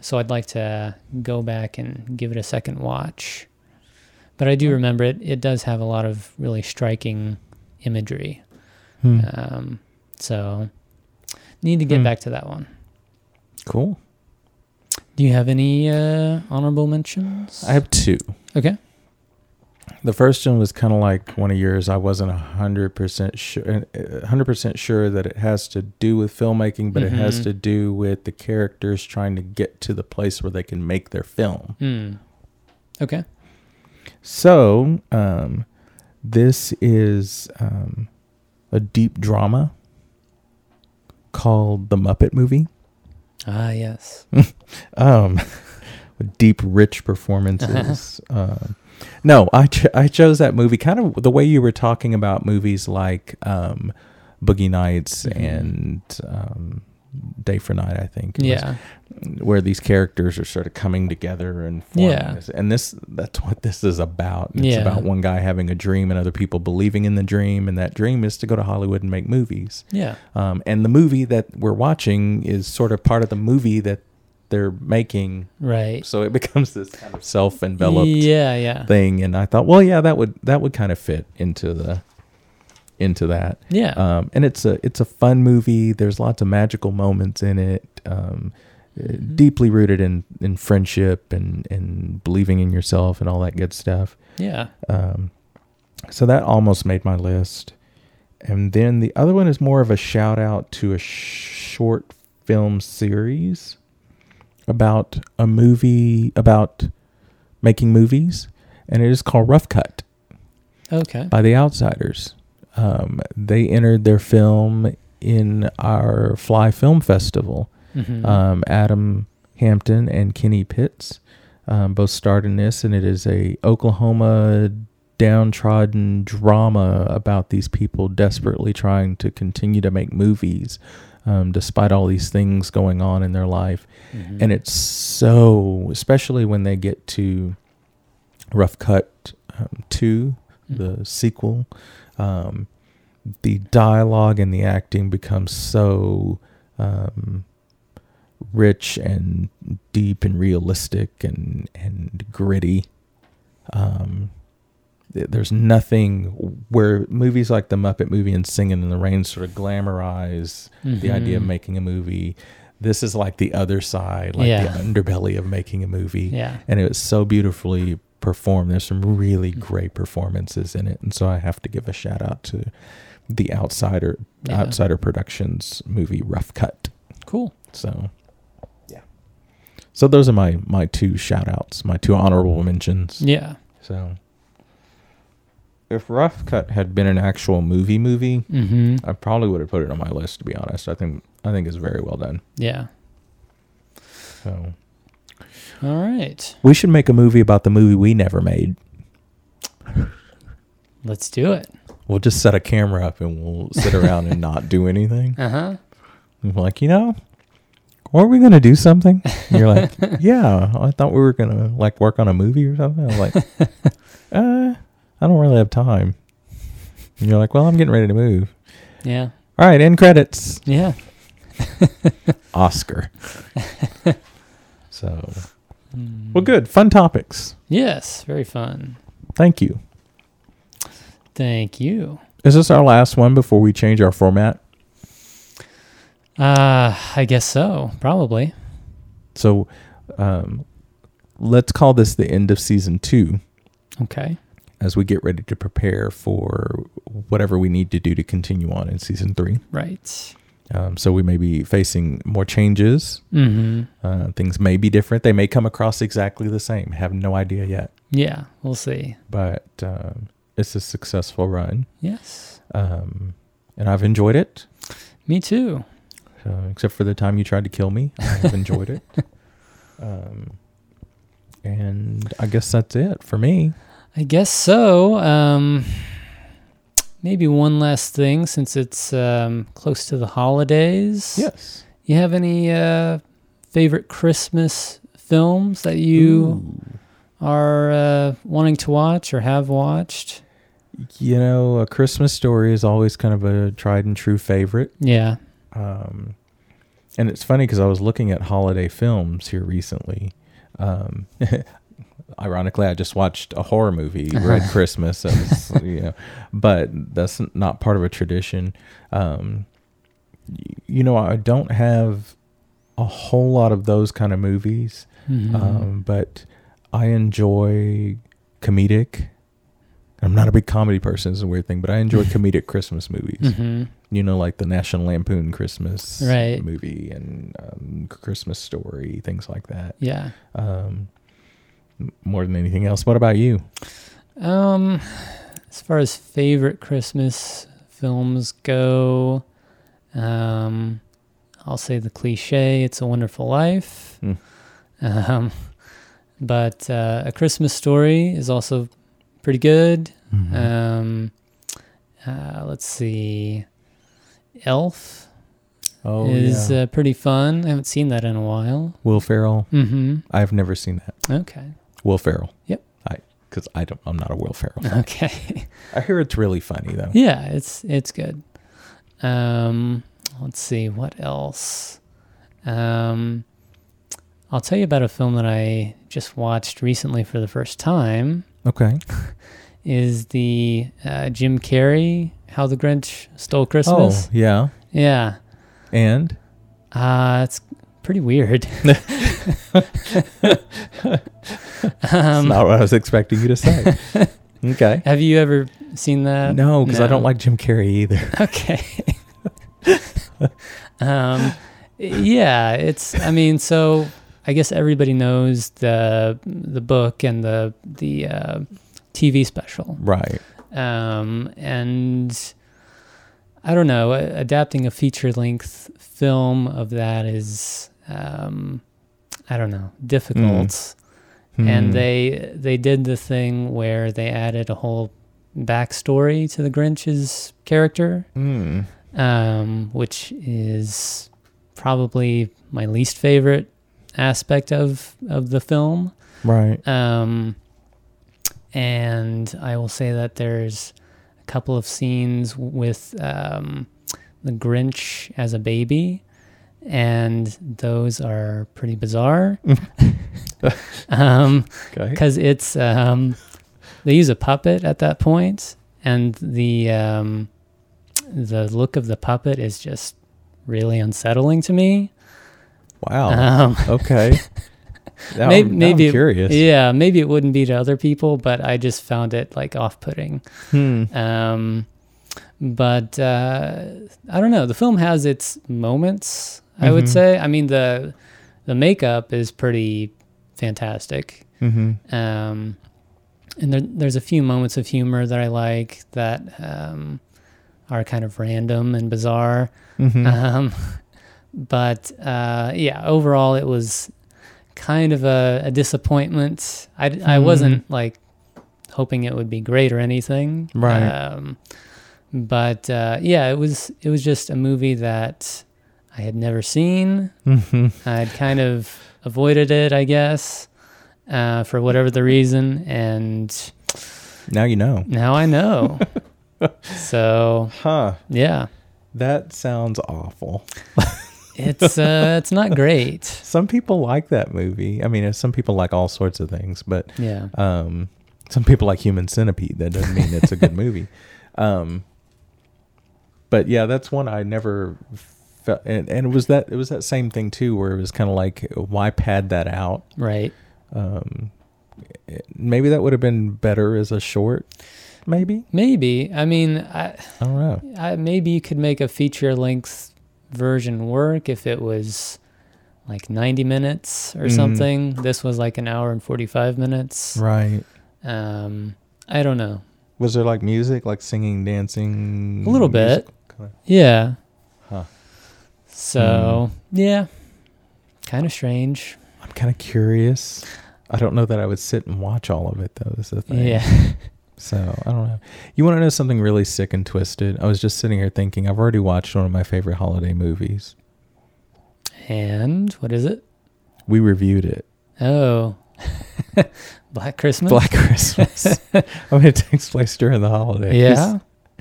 B: so I'd like to go back and give it a second watch. But I do remember it, it does have a lot of really striking imagery.
A: Hmm.
B: Um, so need to get
A: Hmm.
B: back to that one.
A: Cool.
B: Do you have any uh, honorable mentions?
A: I have two.
B: Okay.
A: The first one was kind of like one of yours. I wasn't hundred percent sure, hundred percent sure that it has to do with filmmaking, but it has
B: Mhm.
A: to do with the characters trying to get to the place where they can make their film.
B: Hmm. Okay.
A: So, um, this is um, a deep drama called The Muppet Movie.
B: Ah, yes.
A: Um, with deep, rich performances. um, no, I, ch- I chose that movie kind of the way you were talking about movies like um, Boogie Nights
B: Mhm.
A: and um, Day for Night, I think. it was,
B: Yeah.
A: Where these characters are sort of coming together and forming
B: Yeah.
A: this. And this, that's what this is about. It's
B: Yeah.
A: about one guy having a dream and other people believing in the dream. And that dream is to go to Hollywood and make movies.
B: Yeah.
A: Um, and the movie that we're watching is sort of part of the movie that they're making.
B: Right.
A: So it becomes this kind of self-enveloped
B: Yeah, yeah,
A: thing. And I thought, well, yeah, that would that would kind of fit into the into that.
B: yeah.
A: Um, and it's a it's a fun movie. There's lots of magical moments in it. Um, uh,
B: Mhm.
A: Deeply rooted in in friendship and and believing in yourself and all that good stuff.
B: yeah.
A: Um, so that almost made my list. And then the other one is more of a shout out to a sh- short film series about a movie about making movies, and it is called Rough Cut
B: Okay.
A: by The Outsiders. Um, they entered their film in our Fly Film Festival.
B: Mhm.
A: Um, Adam Hampton and Kenny Pitts um, both starred in this, and it is a Oklahoma downtrodden drama about these people desperately trying to continue to make movies um, despite all these things going on in their life.
B: Mhm.
A: And it's so, especially when they get to Rough Cut um, 2,
B: Mhm.
A: the sequel. Um, the dialogue and the acting becomes so um, rich and deep and realistic and and gritty. Um, th- there's nothing where movies like the Muppet Movie and Singing in the Rain sort of glamorize the idea of
B: Mhm.
A: making a movie. this is like the other side, like
B: Yeah.
A: the underbelly of making a movie.
B: Yeah.
A: And it was so beautifully performed. There's some really great performances in it. And so I have to give a shout out to the Outsider
B: Yeah.
A: Outsider Productions movie Rough Cut.
B: Cool.
A: So yeah. So those are my my two shout outs, my two honorable mentions.
B: Yeah.
A: So if Rough Cut had been an actual movie movie,
B: Mm-hmm.
A: I probably would have put it on my list to be honest. I think I think it's very well done.
B: Yeah.
A: So
B: All right.
A: we should make a movie about the movie we never made.
B: Let's do it.
A: We'll just set a camera up and we'll sit around and not do anything.
B: Uh huh.
A: And we're like, you know, weren't we gonna do something? And you're like, yeah, I thought we were gonna like work on a movie or something. I'm like, uh, I don't really have time. And you're like, well, I'm getting ready to move.
B: Yeah.
A: All right, end credits.
B: Yeah.
A: Oscar. so,
B: Mm.
A: well, good. Fun topics.
B: Yes. Very fun.
A: Thank you.
B: Thank you.
A: Is this our last one before we change our format?
B: Uh, I guess so. Probably.
A: So, um, let's call this the end of season two
B: Okay.
A: as we get ready to prepare for whatever we need to do to continue on in season three.
B: Right.
A: Um, so, we may be facing more changes.
B: Mm-hmm.
A: Uh, things may be different. They may come across exactly the same. Have no idea yet.
B: Yeah. We'll see.
A: But um, it's a successful run.
B: Yes.
A: Um, and I've enjoyed it.
B: Me too.
A: uh, except for the time you tried to kill me. I've enjoyed it. Um, and I guess that's it for me.
B: I guess so. Um, maybe one last thing since it's um, close to the holidays.
A: Yes.
B: You have any uh, favorite Christmas films that you are uh, wanting to watch or have watched?
A: You know, a Christmas story is always kind of a tried and true favorite.
B: Yeah.
A: Um, and it's funny because I was looking at holiday films here recently. Um, ironically, I just watched a horror movie, Red Christmas. so it's, you know, but that's not part of a tradition. Um, y- you know, I don't have a whole lot of those kind of movies,
B: Mhm.
A: um, but I enjoy comedic. I'm not a big comedy person. It's a weird thing, but I enjoy comedic Christmas movies
B: Mhm.
A: you know, like the National Lampoon Christmas
B: Right.
A: movie and um, Christmas Story, things like that.
B: Yeah.
A: Um, m- more than anything else, what about you?
B: Um, as far as favorite Christmas films go, um, I'll say the cliche, "It's a Wonderful Life."
A: Hmm.
B: Um, but uh, a Christmas story is also pretty good.
A: Mm-hmm.
B: Um, uh, let's see, Elf
A: oh,
B: is
A: yeah.
B: uh, pretty fun. I haven't seen that in a while.
A: Will Ferrell.
B: Mm-hmm.
A: I've never seen that.
B: Okay.
A: Will Ferrell.
B: Yep.
A: I because I don't. I'm not a Will Ferrell. fan.
B: Okay.
A: I hear it's really funny though.
B: Yeah, it's it's good. Um, let's see what else. Um, I'll tell you about a film that I just watched recently for the first time.
A: Okay.
B: Is the uh, Jim Carrey How the Grinch Stole Christmas?
A: Oh yeah.
B: Yeah,
A: And
B: uh, it's pretty weird.
A: that's
B: um,
A: not what I was expecting you to say. okay.
B: have you ever seen that?
A: No, because I don't
B: Uh, No.
A: like Jim Carrey either.
B: Okay. um, yeah, it's. I mean, so I guess everybody knows the the book and the the uh, TV special,
A: Right.
B: um, and I don't know. a- Adapting a feature length film of that is, um, I don't know, difficult
A: Hmm.
B: and they they did the thing where they added a whole backstory to the Grinch's character,
A: Hmm.
B: um, which is probably my least favorite aspect of of the film.
A: Right.
B: Um, and I will say that there's a couple of scenes with um, the Grinch as a baby, and those are pretty bizarre. um,
A: Okay.
B: because it's um, they use a puppet at that point, and the um, the look of the puppet is just really unsettling to me.
A: Wow.
B: Um,
A: okay. Now,
B: May-
A: I'm- now
B: maybe
A: I'm
B: it-
A: curious.
B: Yeah, maybe it wouldn't be to other people, but I just found it like off-putting.
A: Hmm.
B: Um, but uh, I don't know. The film has its moments. I would
A: Mhm.
B: say. I mean the the makeup is pretty fantastic.
A: Mm-hmm.
B: Um, and there, there's a few moments of humor that I like that um, are kind of random and bizarre.
A: Mm-hmm.
B: Um, but uh, yeah, overall, it was kind of a, a disappointment. I, I
A: Mm-hmm.
B: wasn't like hoping it would be great or anything.
A: Right.
B: Um, but uh, yeah, it was it was just a movie that I had never seen.
A: mm-hmm.
B: I'd kind of avoided it, I guess, uh, for whatever the reason, and
A: Now you know.
B: now I know. so
A: Huh.
B: yeah,
A: That sounds awful.
B: it's uh, it's not great.
A: Some people like that movie. I mean, uh, some people like all sorts of things, but
B: Yeah.
A: um, some people like Human Centipede. That doesn't mean it's a good movie. Um, but yeah, that's one I never felt. And, and it was that it was that same thing too, where it was kind of like, why pad that out?
B: Right.
A: Um, it- maybe that would have been better as a short. Maybe
B: Maybe. I mean, I,
A: I don't know.
B: I maybe you could make a feature length version work if it was like 90 minutes or
A: Mhm.
B: something. This was like an hour and 45 minutes.
A: Right.
B: Um, I don't know.
A: Was there like music, like singing, dancing?
B: A little bit.
A: Kinda-
B: Yeah.
A: Huh. Hmm.
B: So, yeah. Kind of strange.
A: I'm kind of curious. I don't know that I would sit and watch all of it though. Is the thing.
B: Yeah.
A: So I don't know. You want to know something really sick and twisted? I was just sitting here thinking. I've already watched one of my favorite holiday movies.
B: And what is it?
A: We reviewed it.
B: Oh, Black Christmas.
A: Black Christmas. I mean, it takes place during the holidays.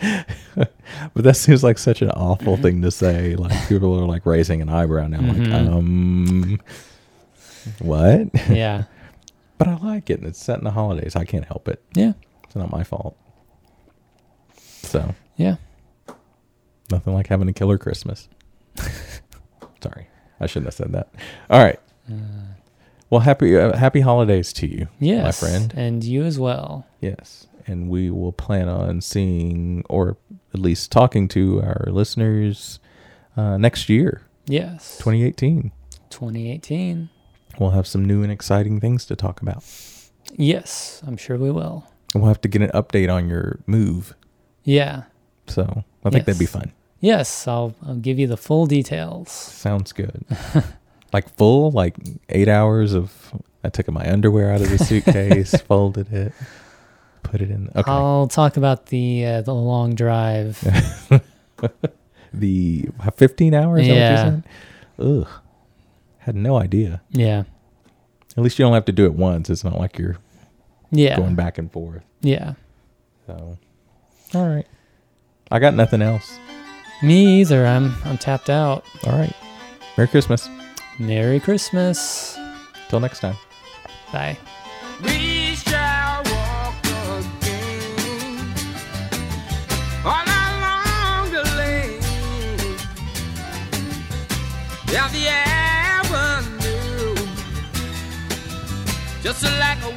B: yeah.
A: But that seems like such an awful
B: Mm-hmm.
A: thing to say. Like people are like raising an eyebrow now. Like,
B: Mhm.
A: um, what?
B: yeah.
A: But I like it, and it's set in the holidays. I can't help it.
B: Yeah.
A: It's not my fault. So
B: Yeah.
A: nothing like having a killer Christmas. Sorry, I shouldn't have said that. All right. Well, happy uh, happy holidays to you,
B: Uh, Yes.
A: my friend.
B: And you as well.
A: Yes, and we will plan on seeing or at least talking to our listeners uh, next year,
B: Yes.
A: 2018.
B: 2018.
A: We'll have some new and exciting things to talk about.
B: Yes, I'm sure we will.
A: And we'll have to get an update on your move.
B: Yeah.
A: So I think that'd be
B: Yes.
A: fun.
B: Yes, I'll I'll give you the full details.
A: Sounds good. like full, like eight hours of. I took my underwear out of the suitcase, folded it, put it in. Okay.
B: I'll talk about the uh, the long drive.
A: the 15 hours? is
B: Yeah.
A: that what you said? Ugh. Had no idea.
B: yeah.
A: At least you don't have to do it once. It's not like you're
B: Yeah.
A: going back and forth.
B: Yeah.
A: So, all right. I got nothing else.
B: Me either. I'm I'm tapped out.
A: All right. Merry Christmas.
B: Merry Christmas.
A: Till next time.
B: Bye.
C: We shall walk again on our longer lane of the avenue, just like a